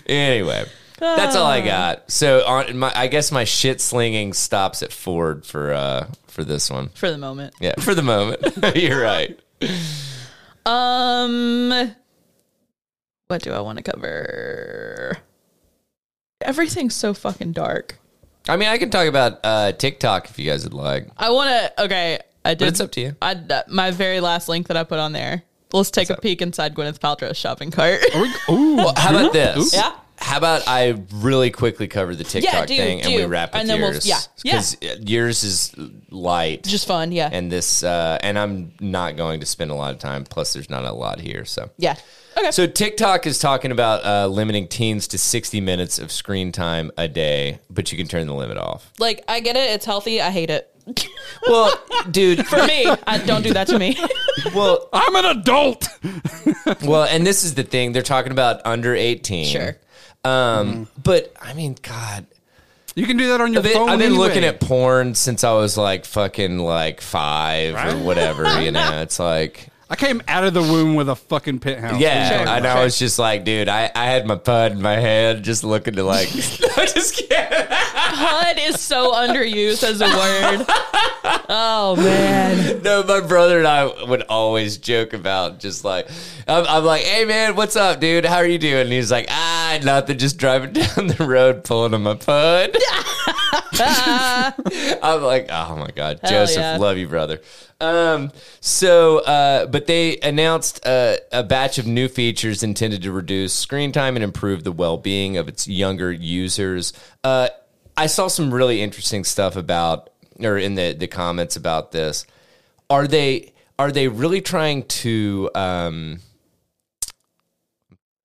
[SPEAKER 1] Anyway, that's all I
[SPEAKER 2] Ah.
[SPEAKER 1] got. So, on my, I guess my shit slinging stops at Ford for uh for this one.
[SPEAKER 2] *laughs* for the moment.
[SPEAKER 1] Yeah, *laughs* for the moment. *laughs* You're right.
[SPEAKER 2] Um, what do I want to cover? Everything's so fucking dark.
[SPEAKER 1] I mean, I can talk about uh TikTok if you guys would like,
[SPEAKER 2] I want to. Okay, I
[SPEAKER 1] but
[SPEAKER 2] did.
[SPEAKER 1] it's up to you.
[SPEAKER 2] I that- my very last link that I put on there. Let's take a peek inside Gwyneth Paltrow's
[SPEAKER 1] *laughs*
[SPEAKER 2] shopping cart.
[SPEAKER 3] Ooh.
[SPEAKER 1] How about this?
[SPEAKER 2] Yeah.
[SPEAKER 1] How about I really quickly cover the TikTok
[SPEAKER 2] do,
[SPEAKER 1] thing and we
[SPEAKER 2] do.
[SPEAKER 1] wrap with
[SPEAKER 2] And then we'll-
[SPEAKER 1] yours?
[SPEAKER 2] yeah, yeah.
[SPEAKER 1] Because yours is light.
[SPEAKER 2] Just fun, yeah,
[SPEAKER 1] and this uh, and I'm not going to spend a lot of time. Plus, there's not a lot here, so
[SPEAKER 2] yeah. *laughs* Okay,
[SPEAKER 1] So TikTok is talking about uh, limiting teens to 60 minutes of screen time a day, but you can turn the limit off.
[SPEAKER 2] like I get it. It's healthy. I
[SPEAKER 1] *laughs*
[SPEAKER 2] hate it.
[SPEAKER 1] Well, dude.
[SPEAKER 2] For me, I, don't do that
[SPEAKER 1] *laughs*
[SPEAKER 2] to me.
[SPEAKER 1] Well,
[SPEAKER 3] I'm an adult.
[SPEAKER 1] well, and this is the thing they're talking about under 18.
[SPEAKER 2] Sure.
[SPEAKER 1] Um, but I mean, God,
[SPEAKER 3] You can do that on your
[SPEAKER 1] I've been,
[SPEAKER 3] phone.
[SPEAKER 1] I've been
[SPEAKER 3] anyway.
[SPEAKER 1] looking at porn since I was like fucking like five
[SPEAKER 3] Right.
[SPEAKER 1] or whatever. You know, it's like.
[SPEAKER 3] I came out of the womb with a fucking penthouse.
[SPEAKER 1] Yeah,
[SPEAKER 2] Sure.
[SPEAKER 1] and I was just like, dude, I, I had my pud in my hand, just looking to like, *laughs* I just can't.
[SPEAKER 2] Pud is so
[SPEAKER 1] *laughs*
[SPEAKER 2] underused as a word. Oh man,
[SPEAKER 1] No, my brother and I would always joke about just like, I'm, I'm like, hey man, what's up, dude? How are you doing? And he's like, ah, nothing, just driving *laughs* down the road, pulling on my pud. I'm like, oh my god, Joseph,
[SPEAKER 2] yeah.
[SPEAKER 1] love you, brother. Um, so, uh, but they announced uh, a batch of new features intended to reduce screen time and improve the well-being of its younger users. Uh, I saw some really interesting stuff about, or in the the comments about this. Are they are they really trying to um,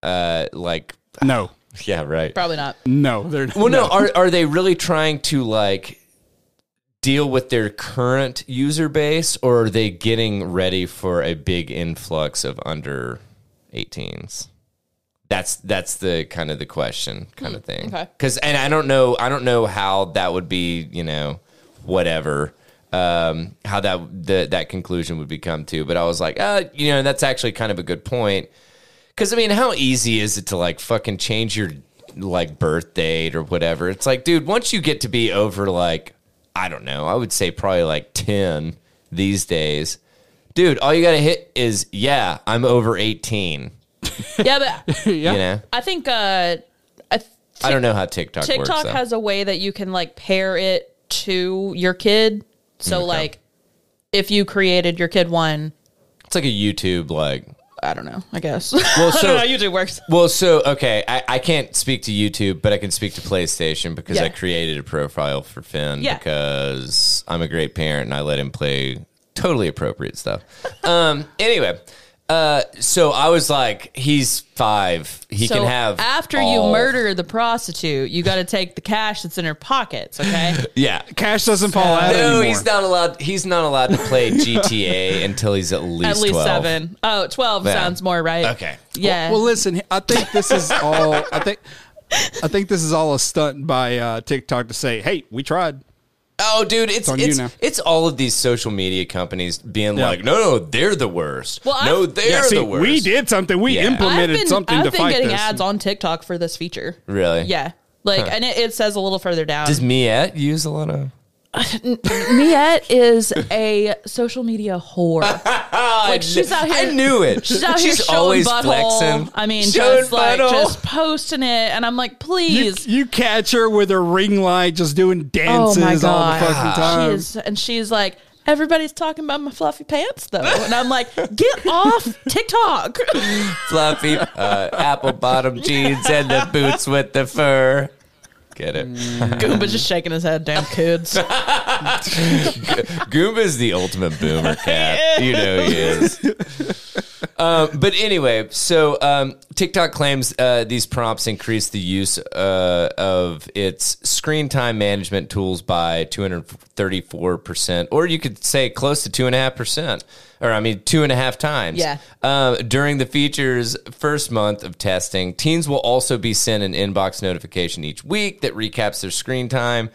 [SPEAKER 1] uh, like?
[SPEAKER 3] No.
[SPEAKER 1] Yeah, right.
[SPEAKER 2] probably not.
[SPEAKER 3] No. They're *laughs*
[SPEAKER 1] Well, no, are are they really trying to like deal with their current user base, or are they getting ready for a big influx of under 18s? That's that's the kind of the question, kind of thing.
[SPEAKER 2] okay.
[SPEAKER 1] Because and I don't know, I don't know how that would be, you know, whatever. Um, how that the, that conclusion would become to, but I was like, uh, you know, that's actually kind of a good point. Because I mean, how easy is it to like fucking change your like birth date or whatever? It's like, dude, once you get to be over like, I don't know. I would say probably like 10 these days. Dude, all you got to hit is, yeah, I'm over 18.
[SPEAKER 2] yeah, but
[SPEAKER 3] yeah.
[SPEAKER 1] You know?
[SPEAKER 2] I think uh, I th-
[SPEAKER 1] I don't know how TikTok, works.
[SPEAKER 2] TikTok
[SPEAKER 1] though.
[SPEAKER 2] has a way that you can like pair it to your kid. So like, if you created your kid one,
[SPEAKER 1] it's like a YouTube, like.
[SPEAKER 2] I don't know. I guess *laughs*
[SPEAKER 1] Well,
[SPEAKER 2] I
[SPEAKER 1] so-
[SPEAKER 2] don't know how YouTube works.
[SPEAKER 1] Well, so, okay, I, I can't speak to YouTube, but I can speak to PlayStation because
[SPEAKER 2] Yeah.
[SPEAKER 1] I created a profile for Finn
[SPEAKER 2] Yeah.
[SPEAKER 1] because I'm a great parent and I let him play totally appropriate stuff. um, *laughs* anyway. Uh, so I was like, he's five. He
[SPEAKER 2] so
[SPEAKER 1] can have
[SPEAKER 2] after you
[SPEAKER 1] all-
[SPEAKER 2] murder the prostitute, you got to take the cash that's in her
[SPEAKER 1] *laughs*
[SPEAKER 2] pockets. Okay,
[SPEAKER 1] Yeah,
[SPEAKER 3] Cash doesn't fall out
[SPEAKER 1] no,
[SPEAKER 3] anymore.
[SPEAKER 1] he's not allowed. He's not allowed to
[SPEAKER 2] *laughs*
[SPEAKER 1] play GTA until he's at least
[SPEAKER 2] at least
[SPEAKER 1] 12.
[SPEAKER 2] seven. Oh, 12
[SPEAKER 1] Yeah.
[SPEAKER 2] sounds more right.
[SPEAKER 1] Okay.
[SPEAKER 2] Yeah.
[SPEAKER 3] Well, listen, I think this is all. I think, I think this is all a stunt by uh, TikTok to say, "Hey, we tried."
[SPEAKER 1] Oh, dude, it's it's,
[SPEAKER 3] on you
[SPEAKER 1] it's,
[SPEAKER 3] now.
[SPEAKER 1] all of these social media companies being
[SPEAKER 3] Yeah.
[SPEAKER 1] like, no, no, they're the worst.
[SPEAKER 2] Well,
[SPEAKER 1] no,
[SPEAKER 2] I've-
[SPEAKER 1] they're
[SPEAKER 3] yeah, see,
[SPEAKER 1] the worst.
[SPEAKER 3] we did something. We
[SPEAKER 1] Yeah.
[SPEAKER 3] implemented
[SPEAKER 2] I've been,
[SPEAKER 3] something
[SPEAKER 2] I've
[SPEAKER 3] to
[SPEAKER 2] been
[SPEAKER 3] fight
[SPEAKER 2] getting
[SPEAKER 3] this.
[SPEAKER 2] ads on TikTok for this feature.
[SPEAKER 1] Really?
[SPEAKER 2] Yeah. Like, and it, it says a little further down.
[SPEAKER 1] Does Miette use a lot of?
[SPEAKER 2] Miette is a social media whore. like she's out
[SPEAKER 1] I
[SPEAKER 2] here.
[SPEAKER 1] knew it.
[SPEAKER 2] She's out here showing butthole. I mean,
[SPEAKER 1] Showing
[SPEAKER 2] just like
[SPEAKER 1] butthole.
[SPEAKER 2] just posting it, and I'm like,
[SPEAKER 3] You,
[SPEAKER 2] please.
[SPEAKER 3] you catch her with her ring light, just doing dances all the
[SPEAKER 2] Oh God.
[SPEAKER 3] fucking time.
[SPEAKER 2] she is, and she's like, everybody's talking about my fluffy pants though, and I'm like, get off
[SPEAKER 1] *laughs*
[SPEAKER 2] TikTok.
[SPEAKER 1] *laughs* fluffy uh, apple bottom jeans and the boots with the fur. Get it?
[SPEAKER 2] Goomba's just shaking his head. Damn kids.
[SPEAKER 1] *laughs* Goomba's the ultimate
[SPEAKER 2] *laughs*
[SPEAKER 1] boomer cat. You know he is. Um, but anyway, so um, TikTok claims uh, these prompts increase the use uh, of its screen time management tools by 234%, or you could say close to 2.5%, or I mean, two and a half times.
[SPEAKER 2] Yeah.
[SPEAKER 1] Uh, during the feature's first month of testing, teens will also be sent an inbox notification each week that recaps their screen time.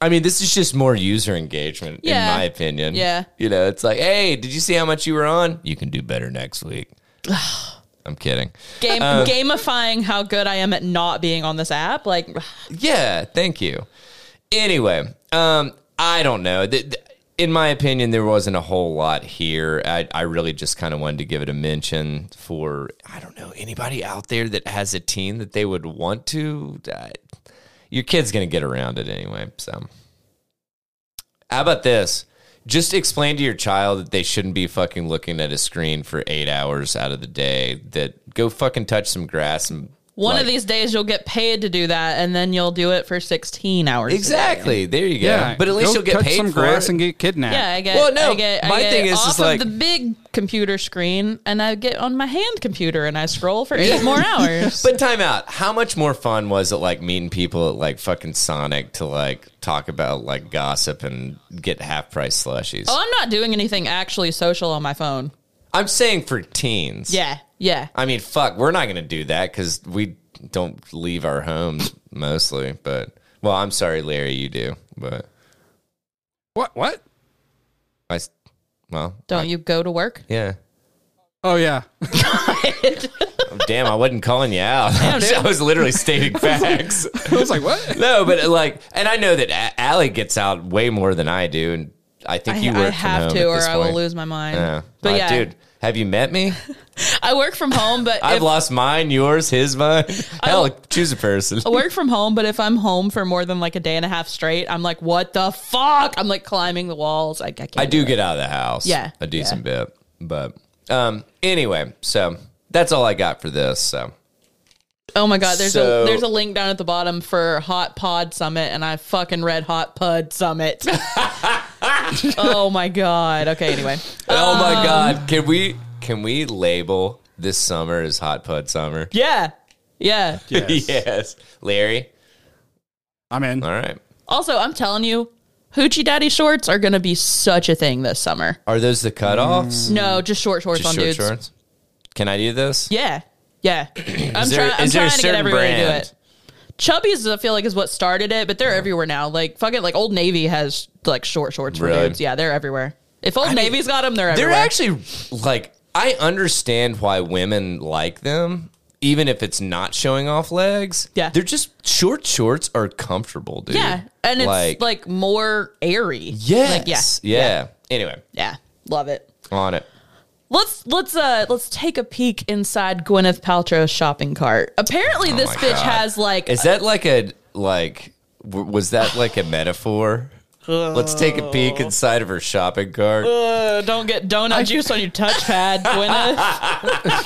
[SPEAKER 1] I mean, this is just more user engagement,
[SPEAKER 2] Yeah.
[SPEAKER 1] in my opinion.
[SPEAKER 2] Yeah.
[SPEAKER 1] You know, it's like, hey, did you see how much you were on? You can do better next week. I'm kidding.
[SPEAKER 2] Game,
[SPEAKER 1] Uh,
[SPEAKER 2] gamifying how good I am at not being on this app. Like,
[SPEAKER 1] Yeah, thank you. Anyway, um, I don't know. Th- th- In my opinion, there wasn't a whole lot here. I, I really just kind of wanted to give it a mention for I don't know anybody out there that has a teen that they would want to. I, your kid's gonna get around it anyway. So, how about this? Just explain to your child that they shouldn't be fucking looking at a screen for eight hours out of the day. That go fucking touch some grass and
[SPEAKER 2] One
[SPEAKER 1] like-
[SPEAKER 2] of these days you'll get paid to do that, and then you'll do it for 16 hours. a day.
[SPEAKER 1] Exactly. There you go. But at least
[SPEAKER 3] go
[SPEAKER 1] you'll get
[SPEAKER 3] touch
[SPEAKER 1] paid
[SPEAKER 3] some
[SPEAKER 1] for
[SPEAKER 3] grass
[SPEAKER 1] it.
[SPEAKER 3] and get kidnapped.
[SPEAKER 2] Yeah, I get.
[SPEAKER 1] Well, no,
[SPEAKER 2] I get, I
[SPEAKER 1] my
[SPEAKER 2] get
[SPEAKER 1] thing is,
[SPEAKER 2] off
[SPEAKER 1] is
[SPEAKER 2] of
[SPEAKER 1] like-
[SPEAKER 2] the big computer screen, and I get on my hand computer and I scroll for
[SPEAKER 1] *laughs*
[SPEAKER 2] eight more hours.
[SPEAKER 1] but time out. How much more fun was it like meeting people at like fucking Sonic to like talk about like gossip and get half price slushies?
[SPEAKER 2] oh, I'm not doing anything actually social on my phone.
[SPEAKER 1] I'm saying for teens.
[SPEAKER 2] Yeah, yeah.
[SPEAKER 1] I mean, fuck, we're not going to do that because we don't leave our homes mostly. But, well, I'm sorry, Larry, you do. But
[SPEAKER 3] What? What?
[SPEAKER 1] I, s- well,
[SPEAKER 2] Don't you go to work?
[SPEAKER 1] yeah.
[SPEAKER 3] Oh yeah. *laughs*
[SPEAKER 1] Damn, I wasn't calling you out. *laughs* I was literally stating *laughs* facts.
[SPEAKER 3] I was
[SPEAKER 1] *laughs*
[SPEAKER 3] like, what?
[SPEAKER 1] no, but like, and I know that A- Allie gets out way more than I do, and I think
[SPEAKER 2] I,
[SPEAKER 1] you work
[SPEAKER 2] I have
[SPEAKER 1] from home
[SPEAKER 2] to,
[SPEAKER 1] at
[SPEAKER 2] or
[SPEAKER 1] this
[SPEAKER 2] I will
[SPEAKER 1] point.
[SPEAKER 2] lose my mind.
[SPEAKER 1] Yeah.
[SPEAKER 2] But
[SPEAKER 1] Uh,
[SPEAKER 2] yeah,
[SPEAKER 1] dude, have you met
[SPEAKER 2] *laughs*
[SPEAKER 1] me?
[SPEAKER 2] I work from home, but
[SPEAKER 1] *laughs* I've
[SPEAKER 2] if,
[SPEAKER 1] lost mine, yours, his,
[SPEAKER 2] *laughs*
[SPEAKER 1] mine. Hell, choose a person.
[SPEAKER 2] I work from home, but if I'm home for more than like a day and a half straight, I'm like, what the fuck? I'm like climbing the walls. I, I can't.
[SPEAKER 1] I do
[SPEAKER 2] it.
[SPEAKER 1] get out of the house.
[SPEAKER 2] Yeah,
[SPEAKER 1] a decent bit, but um, anyway, so that's all I got for this. So
[SPEAKER 2] Oh my god, there's
[SPEAKER 1] So-
[SPEAKER 2] a there's a link down at the bottom for Hot Pod Summit, and I fucking read Hot
[SPEAKER 1] *laughs*
[SPEAKER 2] Pod Summit. oh my god. Okay, anyway,
[SPEAKER 1] Oh my
[SPEAKER 2] Um,
[SPEAKER 1] god, can we can we label this summer as hot pud summer? *laughs*
[SPEAKER 2] yeah, yeah.
[SPEAKER 1] yes, Larry.
[SPEAKER 3] I'm in.
[SPEAKER 1] All right.
[SPEAKER 2] Also, I'm telling you, hoochie daddy shorts are gonna be such a thing this summer.
[SPEAKER 1] Are those the cutoffs?
[SPEAKER 2] No, just short shorts
[SPEAKER 1] Mm. Just short
[SPEAKER 2] on dudes.
[SPEAKER 1] shorts. Can I do this?
[SPEAKER 2] Yeah, yeah. I'm,
[SPEAKER 1] there-
[SPEAKER 2] trying.
[SPEAKER 1] *clears throat*
[SPEAKER 2] I'm
[SPEAKER 1] is there a
[SPEAKER 2] trying to get
[SPEAKER 1] certain
[SPEAKER 2] everybody to do
[SPEAKER 1] brand?
[SPEAKER 2] it. Chubbies, I feel like, is what started it, but they're everywhere now. Like fucking, like Old Navy has like short shorts for
[SPEAKER 1] Really?
[SPEAKER 2] dudes. Yeah, they're everywhere. If Old Navy's got them, they're everywhere.
[SPEAKER 1] They're actually like I understand why women like them. even if it's not showing off legs,
[SPEAKER 2] Yeah.
[SPEAKER 1] they're just short shorts are comfortable, dude.
[SPEAKER 2] Yeah. And it's like, more airy.
[SPEAKER 1] yes,
[SPEAKER 2] Like, yeah.
[SPEAKER 1] yeah. Anyway,
[SPEAKER 2] Yeah. Love it.
[SPEAKER 1] on it.
[SPEAKER 2] Let's let's uh let's take a peek inside Gwyneth Paltrow's shopping cart. Apparently this
[SPEAKER 1] Oh my
[SPEAKER 2] bitch
[SPEAKER 1] God.
[SPEAKER 2] has like
[SPEAKER 1] Is that like a like? W- was that like a metaphor? Let's take a peek inside of her shopping cart.
[SPEAKER 2] uh, don't get donut juice on your
[SPEAKER 1] *laughs*
[SPEAKER 2] touchpad, Gwyneth.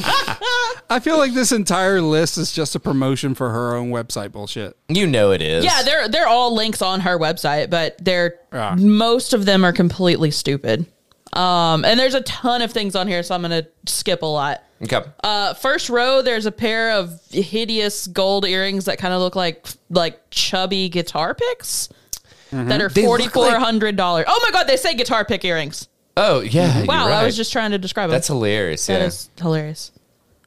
[SPEAKER 3] I feel like this entire list is just a promotion for her own website bullshit.
[SPEAKER 1] You know it is.
[SPEAKER 2] yeah, they're they're all links on her website, but they're
[SPEAKER 3] Ah.
[SPEAKER 2] most of them are completely stupid. Um and there's a ton of things on here, so I'm gonna skip a lot.
[SPEAKER 1] Okay.
[SPEAKER 2] Uh, first row, there's a pair of hideous gold earrings that kind of look like like chubby guitar picks that are
[SPEAKER 1] Mm-hmm. They look
[SPEAKER 2] forty
[SPEAKER 1] like-
[SPEAKER 2] four hundred dollars. Oh my god, they say guitar pick earrings.
[SPEAKER 1] oh yeah. you're
[SPEAKER 2] Wow, I
[SPEAKER 1] right.
[SPEAKER 2] was just trying to describe
[SPEAKER 1] That's
[SPEAKER 2] them.
[SPEAKER 1] hilarious.
[SPEAKER 2] That
[SPEAKER 1] yeah.
[SPEAKER 2] is hilarious.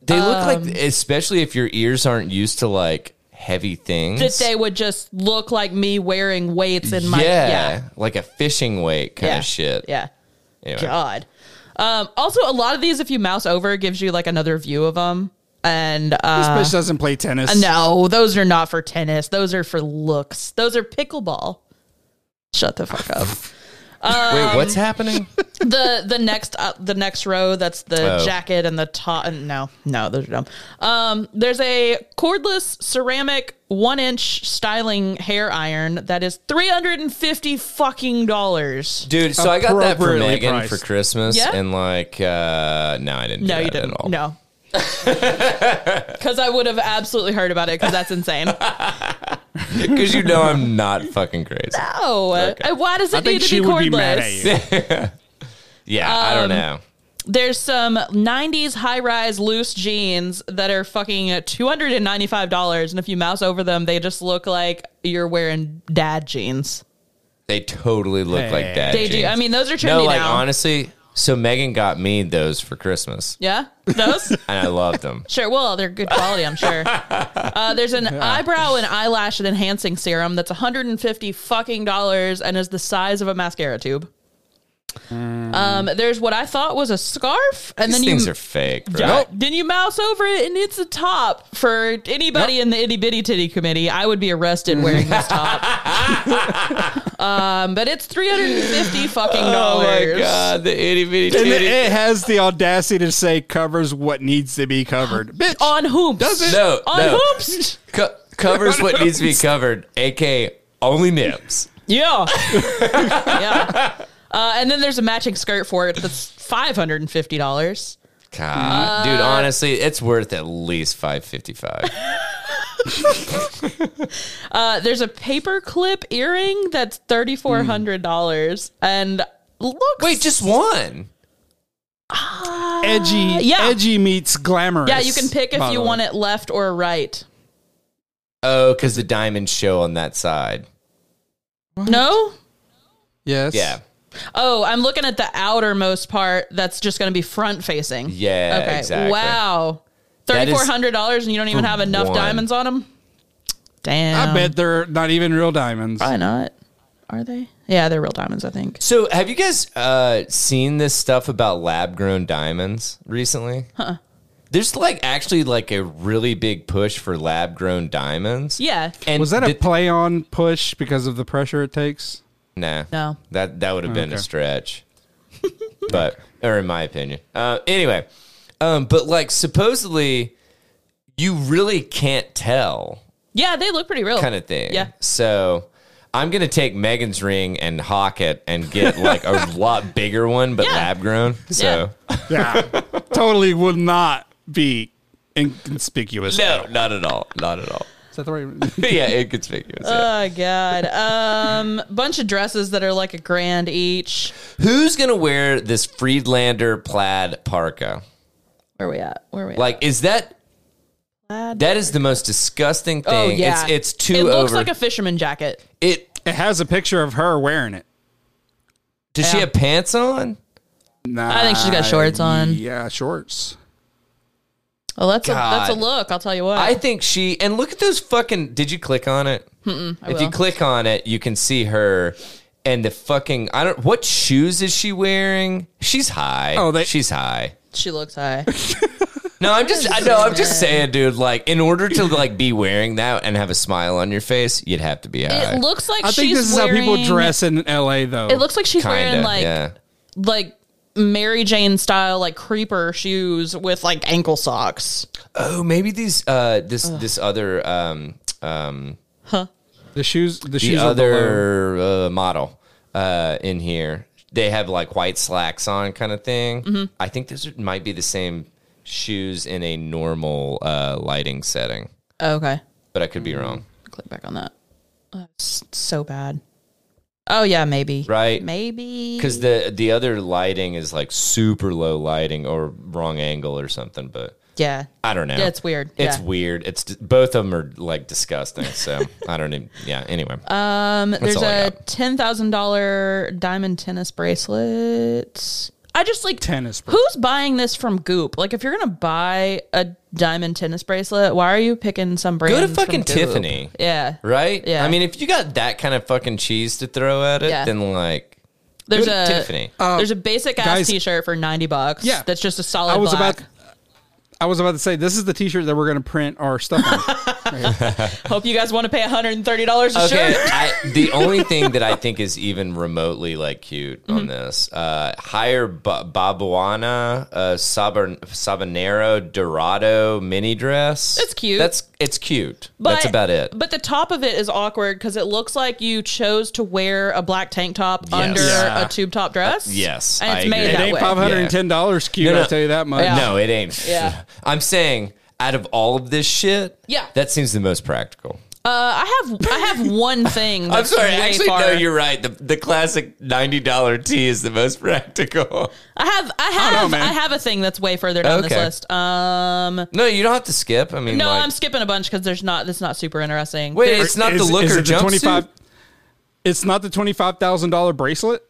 [SPEAKER 1] They look
[SPEAKER 2] Um,
[SPEAKER 1] like, especially if your ears aren't used to like heavy things.
[SPEAKER 2] That they would just look like me wearing weights in my
[SPEAKER 1] yeah,
[SPEAKER 2] yeah
[SPEAKER 1] like a fishing weight kind
[SPEAKER 2] yeah
[SPEAKER 1] of shit.
[SPEAKER 2] yeah.
[SPEAKER 1] Anyway.
[SPEAKER 2] God. Um, also, a lot of these, if you mouse over, it gives you like another view of them. And
[SPEAKER 3] This
[SPEAKER 2] uh,
[SPEAKER 3] bitch doesn't play tennis.
[SPEAKER 2] no, those are not for tennis. Those are for looks. Those are pickleball. Shut the fuck
[SPEAKER 3] *laughs*
[SPEAKER 2] up. Um,
[SPEAKER 1] Wait, what's
[SPEAKER 2] *laughs*
[SPEAKER 1] happening?
[SPEAKER 2] the the next uh, the next row that's the
[SPEAKER 1] Oh.
[SPEAKER 2] jacket and the top. No, no, those are dumb. Um, there's a cordless ceramic one inch styling hair iron that is three hundred and fifty fucking dollars.
[SPEAKER 1] Dude, so I got that for
[SPEAKER 3] Appropriately
[SPEAKER 1] Megan
[SPEAKER 3] priced.
[SPEAKER 1] for Christmas
[SPEAKER 2] Yeah?
[SPEAKER 1] and like uh no I didn't
[SPEAKER 2] No,
[SPEAKER 1] do
[SPEAKER 2] you
[SPEAKER 1] that
[SPEAKER 2] didn't.
[SPEAKER 1] at all. *laughs*
[SPEAKER 3] *laughs*
[SPEAKER 2] No. *laughs* Because I would have absolutely heard about it because that's
[SPEAKER 3] *laughs*
[SPEAKER 2] insane.
[SPEAKER 1] Because you know I'm not fucking crazy.
[SPEAKER 2] Oh, and why does it
[SPEAKER 3] I think
[SPEAKER 2] need to
[SPEAKER 3] she
[SPEAKER 2] be
[SPEAKER 3] would be mad
[SPEAKER 2] cordless?
[SPEAKER 3] at you.
[SPEAKER 1] Yeah, I don't
[SPEAKER 2] Um,
[SPEAKER 1] know.
[SPEAKER 2] There's some 90s high rise loose jeans that are fucking $295. And if you mouse over them, they just look like you're wearing dad jeans.
[SPEAKER 1] They totally look
[SPEAKER 3] Hey.
[SPEAKER 1] like that.
[SPEAKER 2] They do. I mean, those are trendy
[SPEAKER 1] No, like
[SPEAKER 2] now.
[SPEAKER 1] honestly, so Megan got me those for Christmas
[SPEAKER 2] yeah?
[SPEAKER 1] *laughs*
[SPEAKER 2] Those?
[SPEAKER 1] and I loved them.
[SPEAKER 2] sure. Well, they're good quality,
[SPEAKER 1] *laughs*
[SPEAKER 2] I'm sure. Uh, there's an eyebrow and eyelash and enhancing serum that's 150 fucking dollars and is the size of a mascara tube. Um, there's what I thought was a scarf, *laughs* and
[SPEAKER 1] Hmm. These
[SPEAKER 2] then you
[SPEAKER 1] things are fake, right?
[SPEAKER 2] Nope. Then you mouse over it, and it's a top for anybody in the itty bitty titty committee. I would be arrested wearing this top. um, but it's three hundred and fifty fucking
[SPEAKER 1] Oh
[SPEAKER 2] dollars.
[SPEAKER 1] my god, the itty bitty
[SPEAKER 3] And it,
[SPEAKER 1] titty.
[SPEAKER 3] it has the audacity to say covers what needs to be covered. Bitch,
[SPEAKER 2] On hoops?
[SPEAKER 3] Does it?
[SPEAKER 1] No,
[SPEAKER 2] On
[SPEAKER 1] no.
[SPEAKER 2] hoops?
[SPEAKER 1] Co- covers what needs to be covered, aka only nips.
[SPEAKER 2] Yeah. *laughs* yeah. Uh, and then there's a matching skirt for it that's five hundred and fifty dollars.
[SPEAKER 1] God, dude, honestly, it's worth at least five fifty five.
[SPEAKER 2] Uh, there's a paper clip earring that's thirty four hundred dollars, and looks
[SPEAKER 1] Wait, just one.
[SPEAKER 3] edgy,
[SPEAKER 2] Uh, yeah.
[SPEAKER 3] edgy meets glamorous.
[SPEAKER 2] yeah, you can pick if
[SPEAKER 3] by
[SPEAKER 2] you
[SPEAKER 3] the way.
[SPEAKER 2] want it left or right.
[SPEAKER 1] Oh, because the diamonds show on that side.
[SPEAKER 2] No.
[SPEAKER 3] Yes.
[SPEAKER 1] Yeah,
[SPEAKER 2] Oh, I'm looking at the outermost part that's just going to be front facing.
[SPEAKER 1] yeah,
[SPEAKER 2] okay.
[SPEAKER 1] exactly.
[SPEAKER 2] Wow.
[SPEAKER 1] That is
[SPEAKER 2] $3,400 and you don't even
[SPEAKER 1] for
[SPEAKER 2] have enough
[SPEAKER 1] one.
[SPEAKER 2] diamonds on them? Damn.
[SPEAKER 3] I bet they're not even real diamonds.
[SPEAKER 2] Probably not. Are they? Yeah, they're real diamonds, I think.
[SPEAKER 1] So, have you guys uh, seen this stuff about lab grown diamonds recently? Huh. There's like actually like a really big push for lab grown diamonds.
[SPEAKER 2] Yeah.
[SPEAKER 1] And
[SPEAKER 3] Was that a
[SPEAKER 1] the-
[SPEAKER 3] play on push because of the pressure it takes?
[SPEAKER 1] Nah.
[SPEAKER 2] No.
[SPEAKER 1] That that would have been a
[SPEAKER 3] okay.
[SPEAKER 1] stretch. *laughs* but or in my opinion. Uh, anyway, um, but like supposedly you really can't tell
[SPEAKER 2] Yeah, they look pretty real.
[SPEAKER 1] kind of thing.
[SPEAKER 2] Oh, Yeah.
[SPEAKER 1] So I'm gonna take Megan's ring and hawk it and get like
[SPEAKER 2] *laughs*
[SPEAKER 1] a lot bigger one, but
[SPEAKER 2] Yeah.
[SPEAKER 1] lab grown. So *laughs*
[SPEAKER 3] Yeah. *laughs* totally would not be inconspicuous.
[SPEAKER 1] no, not at all. Not at all.
[SPEAKER 3] Is that the right?
[SPEAKER 1] yeah, inconspicuous. yeah.
[SPEAKER 2] Oh god. Um *laughs* bunch of dresses that are like a grand each.
[SPEAKER 1] Who's gonna wear this Friedlander plaid parka?
[SPEAKER 2] Where we at? Where we at?
[SPEAKER 1] Like, is that
[SPEAKER 2] Plaid
[SPEAKER 1] that is the most disgusting thing?
[SPEAKER 2] oh yeah.
[SPEAKER 1] It's it's too
[SPEAKER 2] It looks
[SPEAKER 1] over.
[SPEAKER 2] like a fisherman jacket.
[SPEAKER 1] it
[SPEAKER 3] It has a picture of her wearing it.
[SPEAKER 1] does she
[SPEAKER 2] Yeah.
[SPEAKER 1] have pants on?
[SPEAKER 3] Nah,
[SPEAKER 2] I think she's got shorts on.
[SPEAKER 3] Yeah, shorts.
[SPEAKER 2] Oh, that's a that's a
[SPEAKER 1] God.
[SPEAKER 2] look. I'll tell you what.
[SPEAKER 1] I think she and look at those fucking. Did you click on it? if you
[SPEAKER 2] will.
[SPEAKER 1] click on it, you can see her and the fucking. I don't. What shoes is she wearing? She's high.
[SPEAKER 3] Oh, they-
[SPEAKER 1] she's high.
[SPEAKER 2] she looks high.
[SPEAKER 1] No, I'm just I know I'm just saying, dude. Like, in order to like be wearing that and have a smile on your face, you'd have to be.
[SPEAKER 2] It
[SPEAKER 1] alright.
[SPEAKER 2] looks like
[SPEAKER 3] I think
[SPEAKER 2] she's
[SPEAKER 3] this is how people
[SPEAKER 2] wearing-
[SPEAKER 3] dress in LA, though.
[SPEAKER 2] It looks like she's
[SPEAKER 1] Kinda,
[SPEAKER 2] wearing like
[SPEAKER 1] yeah.
[SPEAKER 2] like Mary Jane style like creeper shoes with like ankle socks.
[SPEAKER 1] Oh, maybe these uh this this other um um
[SPEAKER 3] the shoes, the,
[SPEAKER 1] the
[SPEAKER 3] shoes are below.
[SPEAKER 1] other uh, model uh in here. They have like white slacks on, kind of thing.
[SPEAKER 2] Mm-hmm.
[SPEAKER 1] I think those are, might be the same shoes in a normal uh lighting setting,
[SPEAKER 2] Oh, okay,
[SPEAKER 1] but I could
[SPEAKER 2] Mm.
[SPEAKER 1] be wrong.
[SPEAKER 2] click back on that. Oh, it's so bad. Oh yeah, maybe
[SPEAKER 1] Right.
[SPEAKER 2] maybe
[SPEAKER 1] Because the the other lighting is like super low lighting or wrong angle or something, but
[SPEAKER 2] yeah.
[SPEAKER 1] I don't know.
[SPEAKER 2] Yeah, it's weird.
[SPEAKER 1] It's
[SPEAKER 2] Yeah.
[SPEAKER 1] weird. It's both of them are like disgusting.
[SPEAKER 2] *laughs*
[SPEAKER 1] So I don't even. Yeah. Anyway,
[SPEAKER 2] Um, there's
[SPEAKER 1] all I
[SPEAKER 2] a
[SPEAKER 1] got.
[SPEAKER 2] ten thousand dollar diamond tennis bracelet. I just like
[SPEAKER 3] Tennis bracelet.
[SPEAKER 2] Who's buying this from Goop? Like, if you're gonna buy a diamond tennis bracelet, why are you picking some brand? from
[SPEAKER 1] fucking
[SPEAKER 2] Goop?
[SPEAKER 1] Tiffany.
[SPEAKER 2] Yeah,
[SPEAKER 1] right?
[SPEAKER 2] Yeah.
[SPEAKER 1] I mean, if you got that kind of fucking cheese to throw at it,
[SPEAKER 2] Yeah.
[SPEAKER 1] then like
[SPEAKER 2] There's
[SPEAKER 1] Go to
[SPEAKER 2] a
[SPEAKER 1] Tiffany.
[SPEAKER 2] there's a basic ass
[SPEAKER 3] Uh, guys-
[SPEAKER 2] T-shirt for ninety bucks.
[SPEAKER 3] Yeah.
[SPEAKER 2] that's just a solid.
[SPEAKER 3] I was
[SPEAKER 2] black.
[SPEAKER 3] about. I was about to say this is the T-shirt that we're going to print our stuff
[SPEAKER 2] *laughs*
[SPEAKER 3] on.
[SPEAKER 2] Hope you guys want to pay one hundred and thirty dollars a
[SPEAKER 1] okay.
[SPEAKER 2] shirt.
[SPEAKER 1] *laughs* I,
[SPEAKER 2] *laughs*
[SPEAKER 1] the only thing that I think is even remotely like cute
[SPEAKER 2] Mm-hmm.
[SPEAKER 1] on this, uh, hire ba- Babuana uh, Saber- Sabanero Dorado mini dress.
[SPEAKER 2] It's cute.
[SPEAKER 1] That's it's cute.
[SPEAKER 2] But,
[SPEAKER 1] That's about it.
[SPEAKER 2] But the top of it is awkward because it looks like you chose to wear a black tank top under
[SPEAKER 3] Yeah.
[SPEAKER 2] a tube top dress.
[SPEAKER 1] Uh, yes,
[SPEAKER 2] and
[SPEAKER 1] I
[SPEAKER 2] it's
[SPEAKER 1] agree.
[SPEAKER 2] made
[SPEAKER 1] It
[SPEAKER 3] It
[SPEAKER 2] that
[SPEAKER 3] ain't
[SPEAKER 2] way.
[SPEAKER 3] five hundred and ten dollars cute.
[SPEAKER 1] No, no.
[SPEAKER 3] I'll tell you that much.
[SPEAKER 2] Yeah.
[SPEAKER 1] No, it ain't.
[SPEAKER 2] Yeah.
[SPEAKER 1] *laughs* I'm saying out of all of this shit,
[SPEAKER 2] Yeah.
[SPEAKER 1] that seems the most practical.
[SPEAKER 2] Uh, I have I
[SPEAKER 3] *laughs*
[SPEAKER 2] have one thing.
[SPEAKER 1] I'm
[SPEAKER 2] That's
[SPEAKER 1] sorry,
[SPEAKER 2] way
[SPEAKER 1] actually,
[SPEAKER 2] far.
[SPEAKER 1] no, you're right. The the classic ninety dollar tee is the most *laughs* practical.
[SPEAKER 2] I have I
[SPEAKER 3] know,
[SPEAKER 2] have I,
[SPEAKER 3] man.
[SPEAKER 2] have a thing that's way further down
[SPEAKER 1] Okay.
[SPEAKER 2] this list. Um,
[SPEAKER 1] No, you don't have to skip. I mean,
[SPEAKER 2] no,
[SPEAKER 1] like,
[SPEAKER 2] I'm skipping a bunch because there's not that's not super interesting.
[SPEAKER 1] wait,
[SPEAKER 2] There's-
[SPEAKER 1] it's not
[SPEAKER 3] Is-
[SPEAKER 1] the looker
[SPEAKER 3] is it the
[SPEAKER 1] jumpsuit.
[SPEAKER 3] 25 It's not the twenty-five thousand dollar bracelet.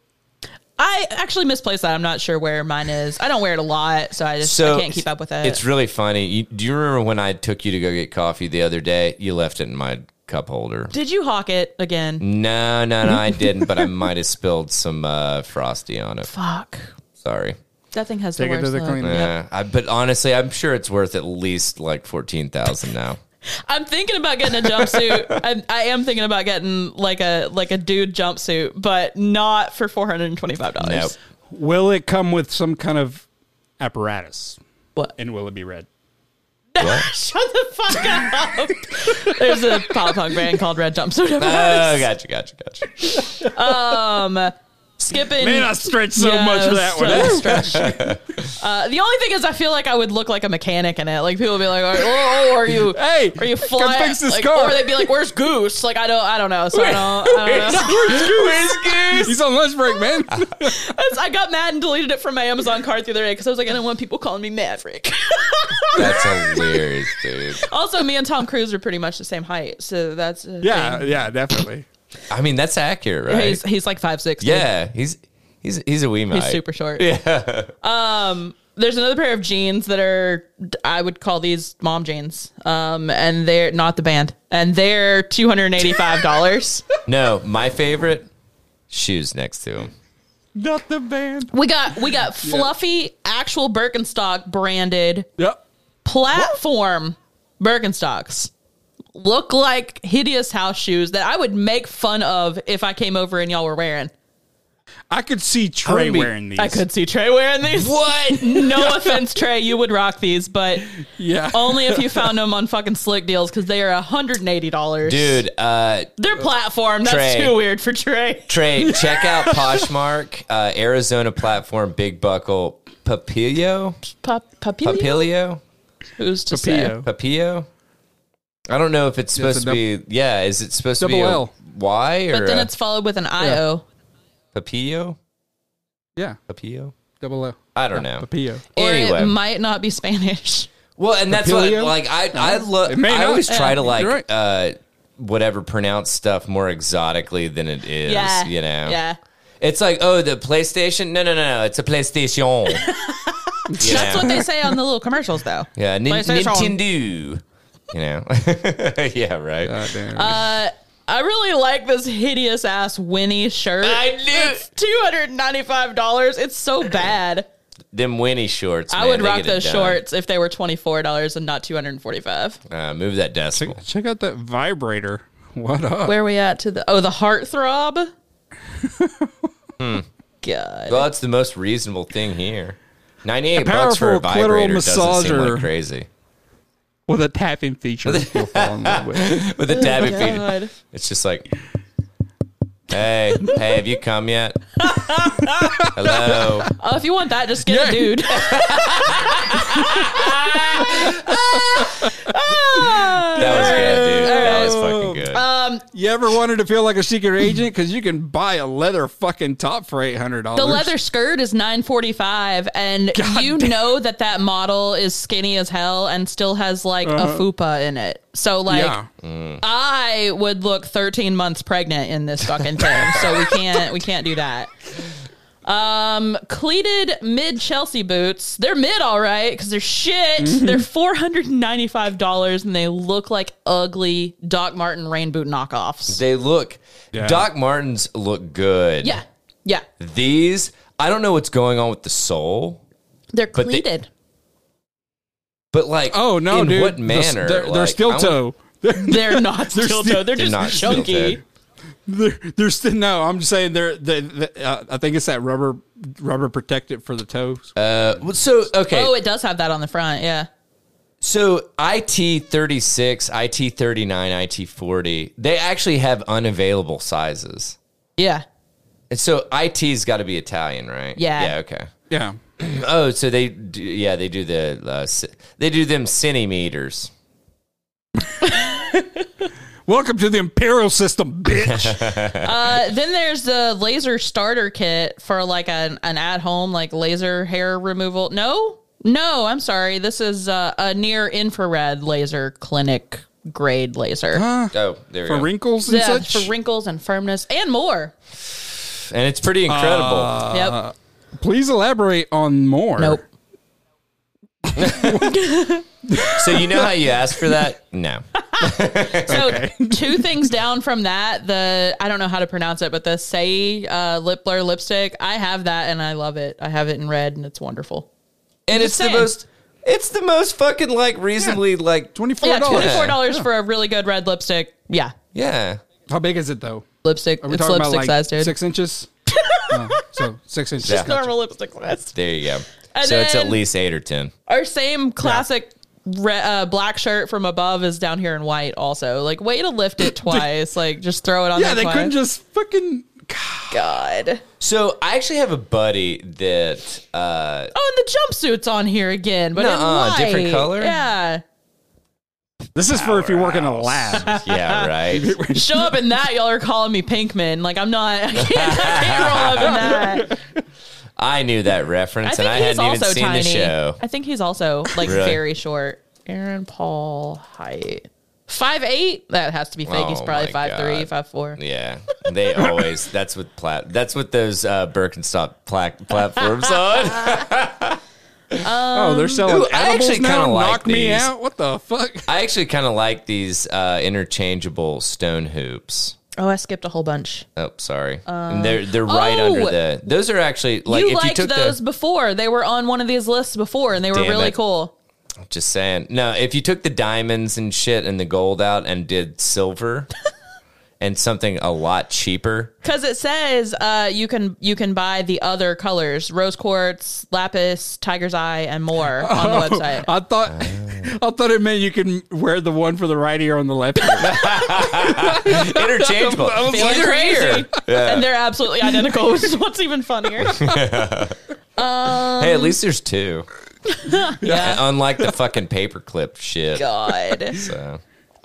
[SPEAKER 2] I actually misplaced that. I'm not sure where mine is. I don't wear it a lot, so I just I can't keep up with it.
[SPEAKER 1] It's really funny. You, do you remember when I took you to go get coffee the other day? You left it in my cup holder.
[SPEAKER 2] Did you hawk it
[SPEAKER 1] Mm.
[SPEAKER 2] again?
[SPEAKER 1] No, no, no,
[SPEAKER 2] *laughs*
[SPEAKER 1] I didn't. but I might have spilled some uh, frosty on it.
[SPEAKER 2] Fuck.
[SPEAKER 1] Sorry.
[SPEAKER 2] That thing has
[SPEAKER 3] Take
[SPEAKER 2] the
[SPEAKER 3] it to
[SPEAKER 2] worst
[SPEAKER 3] the
[SPEAKER 2] look.
[SPEAKER 3] cleaner.
[SPEAKER 1] Yeah, I, but honestly, I'm sure it's worth at least like fourteen thousand now.
[SPEAKER 2] I'm thinking about getting a jumpsuit. I, I am thinking about getting like a like a dude jumpsuit, but not for four hundred and twenty five dollars.
[SPEAKER 1] Nope.
[SPEAKER 3] Will it come with some kind of apparatus?
[SPEAKER 2] What? *laughs*
[SPEAKER 3] And will it be red?
[SPEAKER 2] Shut the fuck up. There's a pop punk band called Red Jumpsuit.
[SPEAKER 1] Oh, gotcha, gotcha, gotcha.
[SPEAKER 2] *laughs* Skipping.
[SPEAKER 3] Man, I stretched so much for that one.
[SPEAKER 2] so stretched. uh, the only thing is, I feel like I would look like a mechanic in it. Like people would be like, "Oh, oh, are you?
[SPEAKER 3] *laughs* Hey,
[SPEAKER 2] are you
[SPEAKER 3] come
[SPEAKER 2] flying?
[SPEAKER 3] fix this
[SPEAKER 2] like,
[SPEAKER 3] car."
[SPEAKER 2] Or
[SPEAKER 3] *laughs*
[SPEAKER 2] they'd be like, "Where's Goose?" Like I don't, I don't know. So I don't. I don't know. *laughs*
[SPEAKER 3] *laughs* He's on lunch break, man.
[SPEAKER 2] That's- I got mad and deleted it from my Amazon cart the other day because I was like, I don't want people calling me Maverick. *laughs*
[SPEAKER 1] That's hilarious, dude.
[SPEAKER 2] also, me and Tom Cruise are pretty much the same height, so that's a
[SPEAKER 3] yeah,
[SPEAKER 2] thing.
[SPEAKER 3] yeah, definitely.
[SPEAKER 1] I mean, that's accurate, right?
[SPEAKER 2] He's he's like five six.
[SPEAKER 1] yeah, he's he's he's a wee mite.
[SPEAKER 2] He's super short. Yeah. Um, there's another pair of jeans that are I would call these mom jeans. Um, and they're not the band, and they're two hundred and eighty five dollars.
[SPEAKER 1] No, my favorite shoes next to him.
[SPEAKER 3] Not the band.
[SPEAKER 2] *laughs* we got we got fluffy actual Birkenstock branded
[SPEAKER 3] Yep.
[SPEAKER 2] platform Birkenstocks. Look like hideous house shoes that I would make fun of if I came over and y'all were wearing.
[SPEAKER 3] I could see Trey
[SPEAKER 1] would be-
[SPEAKER 3] wearing these.
[SPEAKER 2] I could see Trey wearing these. *laughs*
[SPEAKER 1] What?
[SPEAKER 2] No offense, Trey, you would rock these, but
[SPEAKER 3] Yeah.
[SPEAKER 2] Only if you found them on fucking slick deals because they are $180.
[SPEAKER 1] Dude, uh,
[SPEAKER 2] They're platform. That's
[SPEAKER 1] Trey.
[SPEAKER 2] too weird for Trey.
[SPEAKER 1] Trey, check
[SPEAKER 3] *laughs*
[SPEAKER 1] out Poshmark, uh, Arizona platform, big buckle, Papilio,
[SPEAKER 2] Pop, papilio?
[SPEAKER 1] Papilio,
[SPEAKER 2] Who's to say?
[SPEAKER 3] Papilio.
[SPEAKER 1] Papilio. I don't know if it's supposed
[SPEAKER 3] a
[SPEAKER 1] to be. Yeah, is it supposed to be
[SPEAKER 3] double
[SPEAKER 1] a
[SPEAKER 3] L.
[SPEAKER 1] Y or
[SPEAKER 2] But then
[SPEAKER 1] a
[SPEAKER 2] it's followed with an IO.
[SPEAKER 1] Papillo?
[SPEAKER 3] Yeah.
[SPEAKER 1] Papillo?
[SPEAKER 3] Double O.
[SPEAKER 1] I don't know.
[SPEAKER 3] Papillo.
[SPEAKER 2] Or
[SPEAKER 1] Anyway,
[SPEAKER 2] it might not be Spanish.
[SPEAKER 1] Well, and that's
[SPEAKER 3] Papilio? Uh-huh.
[SPEAKER 1] what like I I
[SPEAKER 3] It
[SPEAKER 1] love.
[SPEAKER 3] may
[SPEAKER 1] I
[SPEAKER 3] not.
[SPEAKER 1] always try
[SPEAKER 2] Yeah,
[SPEAKER 1] to like
[SPEAKER 3] you're right.
[SPEAKER 1] uh, whatever pronounce stuff more exotically than it is.
[SPEAKER 2] yeah.
[SPEAKER 1] You know.
[SPEAKER 2] Yeah.
[SPEAKER 1] It's like oh the PlayStation. No no no no. It's a
[SPEAKER 2] *laughs*
[SPEAKER 1] PlayStation. You
[SPEAKER 2] That's
[SPEAKER 1] know?
[SPEAKER 2] what they say on the little commercials, though.
[SPEAKER 1] Yeah. Nin-
[SPEAKER 2] PlayStation.
[SPEAKER 1] Nintendo. You know. *laughs* yeah. Right.
[SPEAKER 2] Uh,
[SPEAKER 3] Goddamn.
[SPEAKER 1] Uh,
[SPEAKER 2] I really like this hideous ass Winnie shirt.
[SPEAKER 1] I knew it. *clears throat*
[SPEAKER 2] It's $295. It's so bad.
[SPEAKER 1] Them Winnie shorts.
[SPEAKER 2] I
[SPEAKER 1] man,
[SPEAKER 2] would
[SPEAKER 1] they
[SPEAKER 2] rock
[SPEAKER 1] get it
[SPEAKER 2] those
[SPEAKER 1] done.
[SPEAKER 2] shorts if they were twenty four dollars and not two hundred and forty five.
[SPEAKER 1] Uh, move that decimal.
[SPEAKER 3] Check out that vibrator. What up?
[SPEAKER 2] Where are we at to the oh the heartthrob?
[SPEAKER 1] Hmm.
[SPEAKER 2] God.
[SPEAKER 1] Well, that's the most reasonable thing here. Ninety-eight bucks for a
[SPEAKER 3] powerful clitoral
[SPEAKER 1] vibrator doesn't seem
[SPEAKER 3] massager.
[SPEAKER 1] like crazy. *laughs*
[SPEAKER 3] With a tapping feature. that you'll fall in love with.
[SPEAKER 1] With the
[SPEAKER 2] *laughs*
[SPEAKER 1] tapping feet,
[SPEAKER 2] God.
[SPEAKER 1] it's just like, hey, hey, have you come
[SPEAKER 2] *laughs*
[SPEAKER 1] yet? Hello.
[SPEAKER 2] Oh, if you want that, just get
[SPEAKER 3] Yeah.
[SPEAKER 2] a
[SPEAKER 1] *laughs*
[SPEAKER 2] dude.
[SPEAKER 1] That was good, dude. That was fucking good.
[SPEAKER 2] Oh.
[SPEAKER 3] You ever wanted to feel like a secret agent? Because you can buy a leather fucking top for eight hundred dollars.
[SPEAKER 2] The leather skirt is nine forty five, and
[SPEAKER 3] God
[SPEAKER 2] you
[SPEAKER 3] damn.
[SPEAKER 2] know that that model is skinny as hell and still has like
[SPEAKER 1] Uh-huh.
[SPEAKER 2] a fupa in it. So like,
[SPEAKER 3] Yeah. Mm.
[SPEAKER 2] I would look thirteen months pregnant in this fucking thing. so we can't we can't do that. Um, cleated mid Chelsea boots. They're mid, all right, because they're shit.
[SPEAKER 1] Mm-hmm.
[SPEAKER 2] They're four hundred and ninety five dollars, and they look like ugly Doc Martin rain boot knockoffs.
[SPEAKER 1] They look.
[SPEAKER 3] Yeah.
[SPEAKER 1] Doc Martens look good.
[SPEAKER 2] Yeah, yeah,
[SPEAKER 1] These, I don't know what's going on with the sole,
[SPEAKER 2] they're
[SPEAKER 1] But they-
[SPEAKER 2] cleated.
[SPEAKER 1] but like,
[SPEAKER 3] Oh no,
[SPEAKER 1] in
[SPEAKER 3] dude!
[SPEAKER 1] what
[SPEAKER 3] The-
[SPEAKER 1] manner?
[SPEAKER 3] they're, they're
[SPEAKER 1] Like, I
[SPEAKER 3] steel
[SPEAKER 1] want-
[SPEAKER 3] toe. *laughs* They're,
[SPEAKER 2] They're not still
[SPEAKER 3] still-
[SPEAKER 2] though. They're
[SPEAKER 1] *laughs* They're
[SPEAKER 2] just
[SPEAKER 1] not steel
[SPEAKER 2] chunky.
[SPEAKER 1] toe.
[SPEAKER 3] they're, they're still no. I'm just saying they're. They, they, uh, I think it's that rubber rubber protective for the toes.
[SPEAKER 1] Uh, well, so okay,
[SPEAKER 2] Oh, it does have that on the front. Yeah.
[SPEAKER 1] so IT thirty six, IT thirty nine, IT forty. They actually have unavailable sizes,
[SPEAKER 2] Yeah.
[SPEAKER 1] and so IT's got to be Italian, right?
[SPEAKER 2] Yeah.
[SPEAKER 1] Yeah. Okay.
[SPEAKER 3] yeah,
[SPEAKER 1] Oh, so they do, yeah they do the uh, c- they do them centimeters.
[SPEAKER 3] Welcome to the
[SPEAKER 1] *laughs*
[SPEAKER 3] imperial system, bitch.
[SPEAKER 2] Uh, then there's the laser starter kit for like an, an at home like laser hair removal. No, no, I'm sorry. This is uh, a near infrared laser clinic grade laser.
[SPEAKER 1] Oh, there we
[SPEAKER 3] for
[SPEAKER 1] go.
[SPEAKER 3] wrinkles and
[SPEAKER 2] Yeah,
[SPEAKER 3] such.
[SPEAKER 2] for wrinkles and firmness and more.
[SPEAKER 1] and it's pretty incredible.
[SPEAKER 3] Uh.
[SPEAKER 2] Yep.
[SPEAKER 3] Please elaborate on more.
[SPEAKER 2] nope.
[SPEAKER 1] so you know how you ask for that? No.
[SPEAKER 2] So
[SPEAKER 3] *laughs*
[SPEAKER 2] two things down from that, the I don't know how to pronounce it, but the say uh, lip blur lipstick. I have that and I love it. I have it in red and it's wonderful.
[SPEAKER 1] and it's
[SPEAKER 2] Just saying.
[SPEAKER 1] the most it's the most fucking like reasonably like
[SPEAKER 3] Twenty four
[SPEAKER 2] Yeah,
[SPEAKER 3] dollars.
[SPEAKER 2] twenty four dollars for a really good red lipstick. Yeah,
[SPEAKER 1] yeah
[SPEAKER 3] How big is it though?
[SPEAKER 2] lipstick.
[SPEAKER 3] Are we
[SPEAKER 2] It's
[SPEAKER 3] talking
[SPEAKER 2] lipstick
[SPEAKER 3] about like
[SPEAKER 2] size, dude.
[SPEAKER 3] six inches? Oh, so six inches.
[SPEAKER 1] Yeah.
[SPEAKER 2] Normal lipstick size.
[SPEAKER 1] there you go
[SPEAKER 2] And
[SPEAKER 1] so it's at
[SPEAKER 2] then-
[SPEAKER 1] least eight or ten
[SPEAKER 2] Our same classic re- uh, black shirt from above is down here in white. Also, like way to
[SPEAKER 1] *laughs*
[SPEAKER 2] lift it twice. like just throw it on.
[SPEAKER 3] Yeah,
[SPEAKER 2] there
[SPEAKER 3] they
[SPEAKER 2] twice.
[SPEAKER 3] couldn't just fucking.
[SPEAKER 2] God.
[SPEAKER 1] so i actually have a buddy that uh
[SPEAKER 2] Oh, and the jumpsuits on here again, but in
[SPEAKER 1] Nuh-uh,
[SPEAKER 2] white.
[SPEAKER 1] different color?
[SPEAKER 2] Yeah.
[SPEAKER 3] This is for if you work in a lab.
[SPEAKER 1] *laughs* yeah right
[SPEAKER 2] Show up in that, y'all are calling me Pinkman. Like I'm not. *laughs* I can't,
[SPEAKER 1] *laughs*
[SPEAKER 2] I can't roll up in that.
[SPEAKER 1] i knew that reference
[SPEAKER 2] I think
[SPEAKER 1] and i
[SPEAKER 2] he's
[SPEAKER 1] hadn't even
[SPEAKER 2] also
[SPEAKER 1] seen
[SPEAKER 2] tiny.
[SPEAKER 1] the show
[SPEAKER 2] I think he's also like
[SPEAKER 1] Really?
[SPEAKER 2] very short. Aaron Paul height. Five eight? That has to be fake. he's
[SPEAKER 1] Oh
[SPEAKER 2] probably
[SPEAKER 1] my
[SPEAKER 2] five three,
[SPEAKER 1] God.
[SPEAKER 2] five four.
[SPEAKER 1] yeah they *laughs* always that's what plat that's what those uh birkenstock pla- platforms *laughs* on
[SPEAKER 3] oh, they're selling
[SPEAKER 1] Ooh, I
[SPEAKER 3] edibles
[SPEAKER 1] actually
[SPEAKER 3] now.
[SPEAKER 1] kinda like
[SPEAKER 3] Knock me
[SPEAKER 1] these.
[SPEAKER 3] out. What the fuck?
[SPEAKER 1] i actually kind of like these uh interchangeable stone hoops
[SPEAKER 2] Oh, I skipped a whole bunch.
[SPEAKER 1] Oh, sorry. and they're they're right under
[SPEAKER 2] Oh!
[SPEAKER 1] the. Those are actually like
[SPEAKER 2] you
[SPEAKER 1] if you
[SPEAKER 2] liked
[SPEAKER 1] took
[SPEAKER 2] those
[SPEAKER 1] the.
[SPEAKER 2] before. They were on one of these lists before and they were
[SPEAKER 1] Damn
[SPEAKER 2] really
[SPEAKER 1] it.
[SPEAKER 2] cool.
[SPEAKER 1] Just saying. No, if you took the diamonds and shit and the gold out and did
[SPEAKER 3] *laughs*
[SPEAKER 1] silver and something a lot cheaper.
[SPEAKER 2] Cause it says uh, you can you can buy the other colors, rose quartz, lapis, tiger's eye, and
[SPEAKER 1] *laughs*
[SPEAKER 2] more on
[SPEAKER 1] Oh.
[SPEAKER 2] the website.
[SPEAKER 3] I thought, I thought it meant you can wear the one for the right ear on the left ear.
[SPEAKER 1] Interchangeable.
[SPEAKER 3] *laughs* I was
[SPEAKER 2] Feeling
[SPEAKER 1] Either
[SPEAKER 2] crazy.
[SPEAKER 1] ear.
[SPEAKER 2] *laughs* And they're absolutely identical, which is what's even
[SPEAKER 1] *laughs*
[SPEAKER 2] funnier.
[SPEAKER 1] Hey, at least there's two. *laughs*
[SPEAKER 2] Yeah.
[SPEAKER 1] Unlike the fucking paperclip shit.
[SPEAKER 2] Um, God.
[SPEAKER 1] So,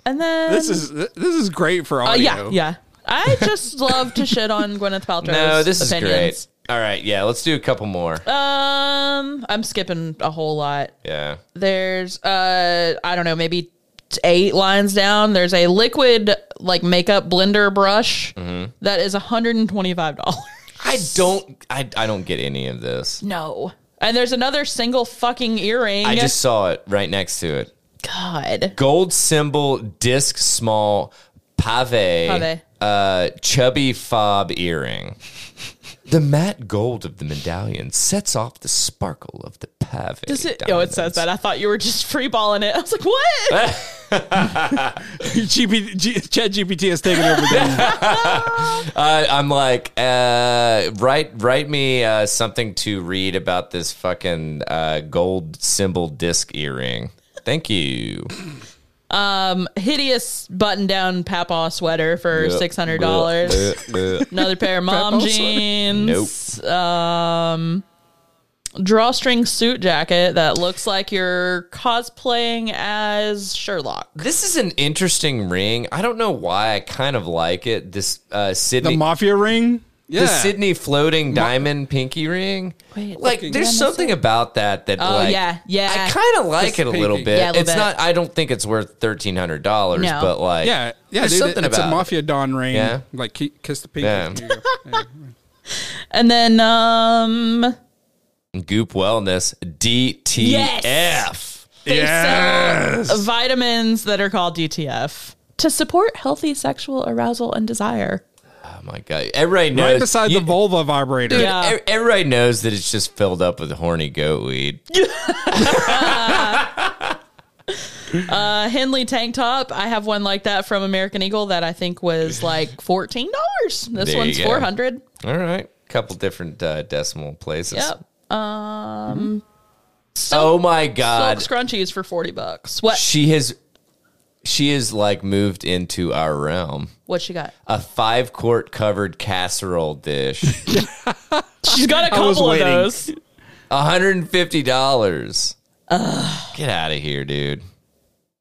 [SPEAKER 2] And then
[SPEAKER 3] *laughs* This is this is great for
[SPEAKER 2] Uh, yeah,
[SPEAKER 3] audio.
[SPEAKER 2] yeah. I
[SPEAKER 1] *laughs*
[SPEAKER 2] just love to shit on Gwyneth Paltrow's
[SPEAKER 1] no, this is
[SPEAKER 2] opinions.
[SPEAKER 1] great. All right, yeah, let's do a couple more.
[SPEAKER 2] Um, I'm skipping a whole lot.
[SPEAKER 1] Yeah.
[SPEAKER 2] There's uh, I don't know, maybe t- eight lines down. There's a liquid like makeup blender brush
[SPEAKER 1] Mm-hmm.
[SPEAKER 2] that is 125 dollars.
[SPEAKER 1] I don't I, I don't get any of this.
[SPEAKER 2] No. And there's another single fucking earring.
[SPEAKER 1] I just saw it right next to it.
[SPEAKER 2] God.
[SPEAKER 1] gold symbol disc small pave,
[SPEAKER 2] Pave.
[SPEAKER 1] Uh, chubby fob earring The matte gold of the medallion sets off the sparkle of the pavé.
[SPEAKER 2] Does it? Oh, it says
[SPEAKER 1] diamonds.
[SPEAKER 2] that. I thought you were just freeballing it. *laughs* I was
[SPEAKER 1] *laughs*
[SPEAKER 2] like, what?
[SPEAKER 3] GP, *laughs* G, Chat GPT has taken over. Dana.
[SPEAKER 1] Uh, I'm like, uh, write write me uh, something to read about this fucking uh, gold symbol disc earring. Thank you.
[SPEAKER 2] Hideous button-down papaw sweater for
[SPEAKER 1] Uh,
[SPEAKER 2] six hundred dollars. *laughs* Another pair
[SPEAKER 1] *laughs*
[SPEAKER 2] of mom
[SPEAKER 3] Papaw sweater.
[SPEAKER 2] jeans. Um, drawstring suit jacket that looks like you're cosplaying as Sherlock.
[SPEAKER 1] This is an interesting ring. I don't know why. I kind of like it. This uh,
[SPEAKER 3] the
[SPEAKER 1] Sydney,
[SPEAKER 3] mafia ring. Yeah.
[SPEAKER 1] the Sydney floating diamond pinky ring.
[SPEAKER 2] Wait,
[SPEAKER 1] like,
[SPEAKER 2] okay.
[SPEAKER 1] there's
[SPEAKER 2] Yeah, makes
[SPEAKER 1] something about that that.
[SPEAKER 2] Oh,
[SPEAKER 1] like,
[SPEAKER 2] yeah, yeah.
[SPEAKER 1] I kind of like
[SPEAKER 3] Just
[SPEAKER 1] it a little
[SPEAKER 3] pinky.
[SPEAKER 1] bit.
[SPEAKER 2] Yeah, a little
[SPEAKER 1] it's
[SPEAKER 2] bit.
[SPEAKER 1] not. I don't think it's worth thirteen hundred dollars.
[SPEAKER 2] No.
[SPEAKER 1] But like,
[SPEAKER 3] yeah, yeah.
[SPEAKER 1] there's
[SPEAKER 3] Dude,
[SPEAKER 1] something
[SPEAKER 3] it's
[SPEAKER 1] about
[SPEAKER 3] a
[SPEAKER 1] it.
[SPEAKER 3] mafia don ring.
[SPEAKER 1] Yeah.
[SPEAKER 3] like ki- kiss the pink.
[SPEAKER 1] Yeah.
[SPEAKER 2] And then um
[SPEAKER 1] Goop Wellness DTF.
[SPEAKER 2] they
[SPEAKER 3] Yes.
[SPEAKER 2] sell vitamins that are called DTF to support healthy sexual arousal and desire.
[SPEAKER 1] Oh my god! Everybody knows.
[SPEAKER 3] Right beside
[SPEAKER 1] you-
[SPEAKER 3] the vulva vibrator.
[SPEAKER 1] dude,
[SPEAKER 2] Yeah.
[SPEAKER 1] e- Everybody knows that it's just filled up with horny goat weed.
[SPEAKER 2] A Uh, Henley tank top. I have one like that from American Eagle that I think was like $14. This
[SPEAKER 1] you
[SPEAKER 2] one's
[SPEAKER 1] go.
[SPEAKER 2] 400.
[SPEAKER 1] All right, couple different uh, decimal places.
[SPEAKER 2] Yep. Um
[SPEAKER 1] Oh my
[SPEAKER 2] silk
[SPEAKER 1] god!
[SPEAKER 2] scrunchies for 40 bucks. What
[SPEAKER 1] She has, she is like moved into our realm.
[SPEAKER 2] what she got?
[SPEAKER 1] A five quart covered casserole dish,
[SPEAKER 3] *laughs*
[SPEAKER 2] She's got a
[SPEAKER 3] I was
[SPEAKER 2] couple of
[SPEAKER 3] waiting.
[SPEAKER 2] those.
[SPEAKER 1] one hundred and fifty dollars. Get out of here, dude!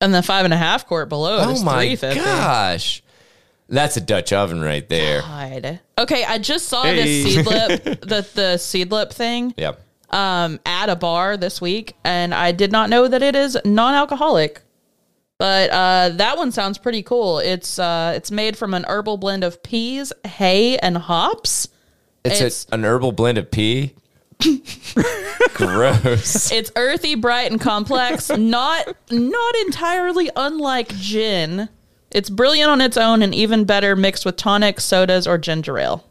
[SPEAKER 2] And the five and a half quart below is
[SPEAKER 1] Oh my
[SPEAKER 2] 350.
[SPEAKER 1] gosh, that's a Dutch oven right
[SPEAKER 3] *gasps*
[SPEAKER 1] there.
[SPEAKER 2] God. Okay, I just saw
[SPEAKER 3] Hey.
[SPEAKER 2] this seed lip,
[SPEAKER 1] *laughs*
[SPEAKER 2] the the seed lip thing.
[SPEAKER 1] Yep.
[SPEAKER 2] um, at a bar this week, and I did not know that it is non-alcoholic. But uh, that one sounds pretty cool. It's uh, it's made from an herbal blend of peas, hay, and hops.
[SPEAKER 1] It's,
[SPEAKER 2] It's-
[SPEAKER 1] a, an herbal blend of
[SPEAKER 3] *laughs*
[SPEAKER 1] pea. Gross.
[SPEAKER 2] It's earthy, bright, and *laughs* complex. not not entirely unlike gin. It's brilliant on its own, and even better mixed with tonic, sodas, or ginger ale.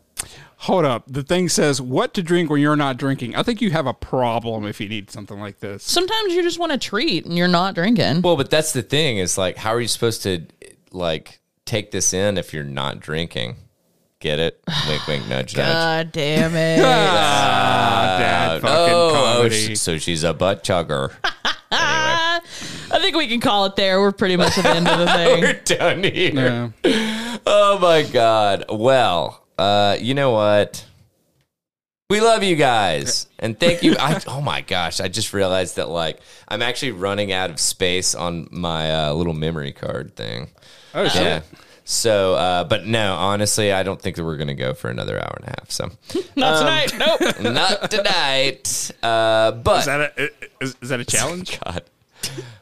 [SPEAKER 3] Hold up. The thing says what to drink when you're not drinking. I think you have a problem if you need something like this.
[SPEAKER 2] Sometimes you just want a treat, and you're not drinking.
[SPEAKER 1] Well, but that's the thing is like, how are you supposed to like take this in if you're not drinking? Get
[SPEAKER 3] *sighs*
[SPEAKER 1] it? Wink, wink, nudge, nudge.
[SPEAKER 2] God *laughs* damn it!
[SPEAKER 3] Ah, dad, fucking
[SPEAKER 1] Uh, Oh,
[SPEAKER 3] comedy.
[SPEAKER 1] sh- so she's a butt chugger. *laughs* anyway,
[SPEAKER 2] I think we can call it there. We're pretty much at the end *laughs* of the thing.
[SPEAKER 1] we're done here.
[SPEAKER 3] Yeah.
[SPEAKER 1] Oh my god. Well, uh, you know what? We love you guys, and thank you. I, oh my gosh, I just realized that like I'm actually running out of space on my uh, little memory card thing.
[SPEAKER 3] Oh shit.
[SPEAKER 1] Yeah. So, uh, but no, honestly, I don't think that we're gonna go for another hour and a half. So,
[SPEAKER 2] Not tonight. Nope.
[SPEAKER 1] not tonight. Uh, but
[SPEAKER 3] Is that a is, is that a challenge?
[SPEAKER 1] God.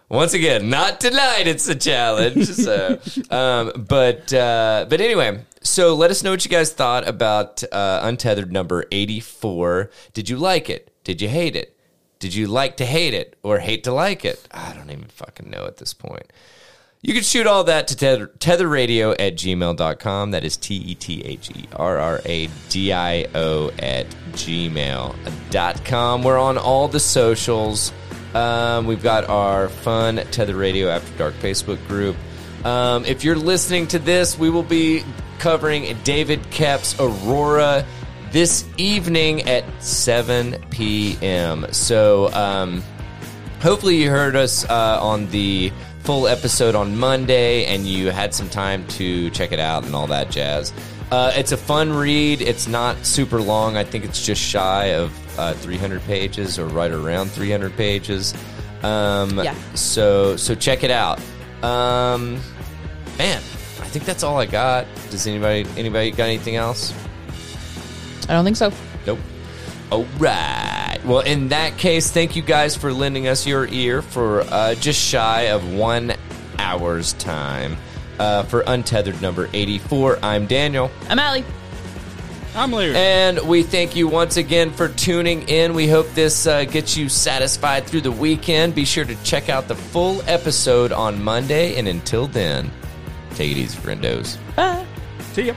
[SPEAKER 1] Once again, not tonight. It's a challenge. So, um, but uh, but anyway, so let us know what you guys thought about uh, Untethered number eighty four. Did you like it? Did you hate it? Did you like to hate it or hate to like it? I don't even fucking know at this point. You can shoot all that to tether, tetherradio at gmail.com. That is T E T H E R R A D I O at gmail.com. We're on all the socials. Um, we've got our fun Tether Radio After Dark Facebook group. Um, if you're listening to this, we will be covering David Kep's Aurora this evening at 7 p.m. So, um, Hopefully, you heard us uh, on the full episode on Monday and you had some time to check it out and all that jazz. Uh, it's a fun read. It's not super long. I think it's just shy of uh, 300 pages or right around 300 pages. Um,
[SPEAKER 2] Yeah.
[SPEAKER 1] So, so check it out. Um, man, I think that's all I got. Does anybody anybody got anything else?
[SPEAKER 2] I don't think so.
[SPEAKER 1] Nope. All right. Well, in that case, thank you guys for lending us your ear for uh, just shy of one hour's time. Uh, for Untethered number 84, I'm Daniel.
[SPEAKER 2] I'm Allie.
[SPEAKER 3] I'm Larry.
[SPEAKER 1] And we thank you once again for tuning in. We hope this uh, gets you satisfied through the weekend. Be sure to check out the full episode on Monday. And until then, take it easy, friendos.
[SPEAKER 2] Bye.
[SPEAKER 3] See ya.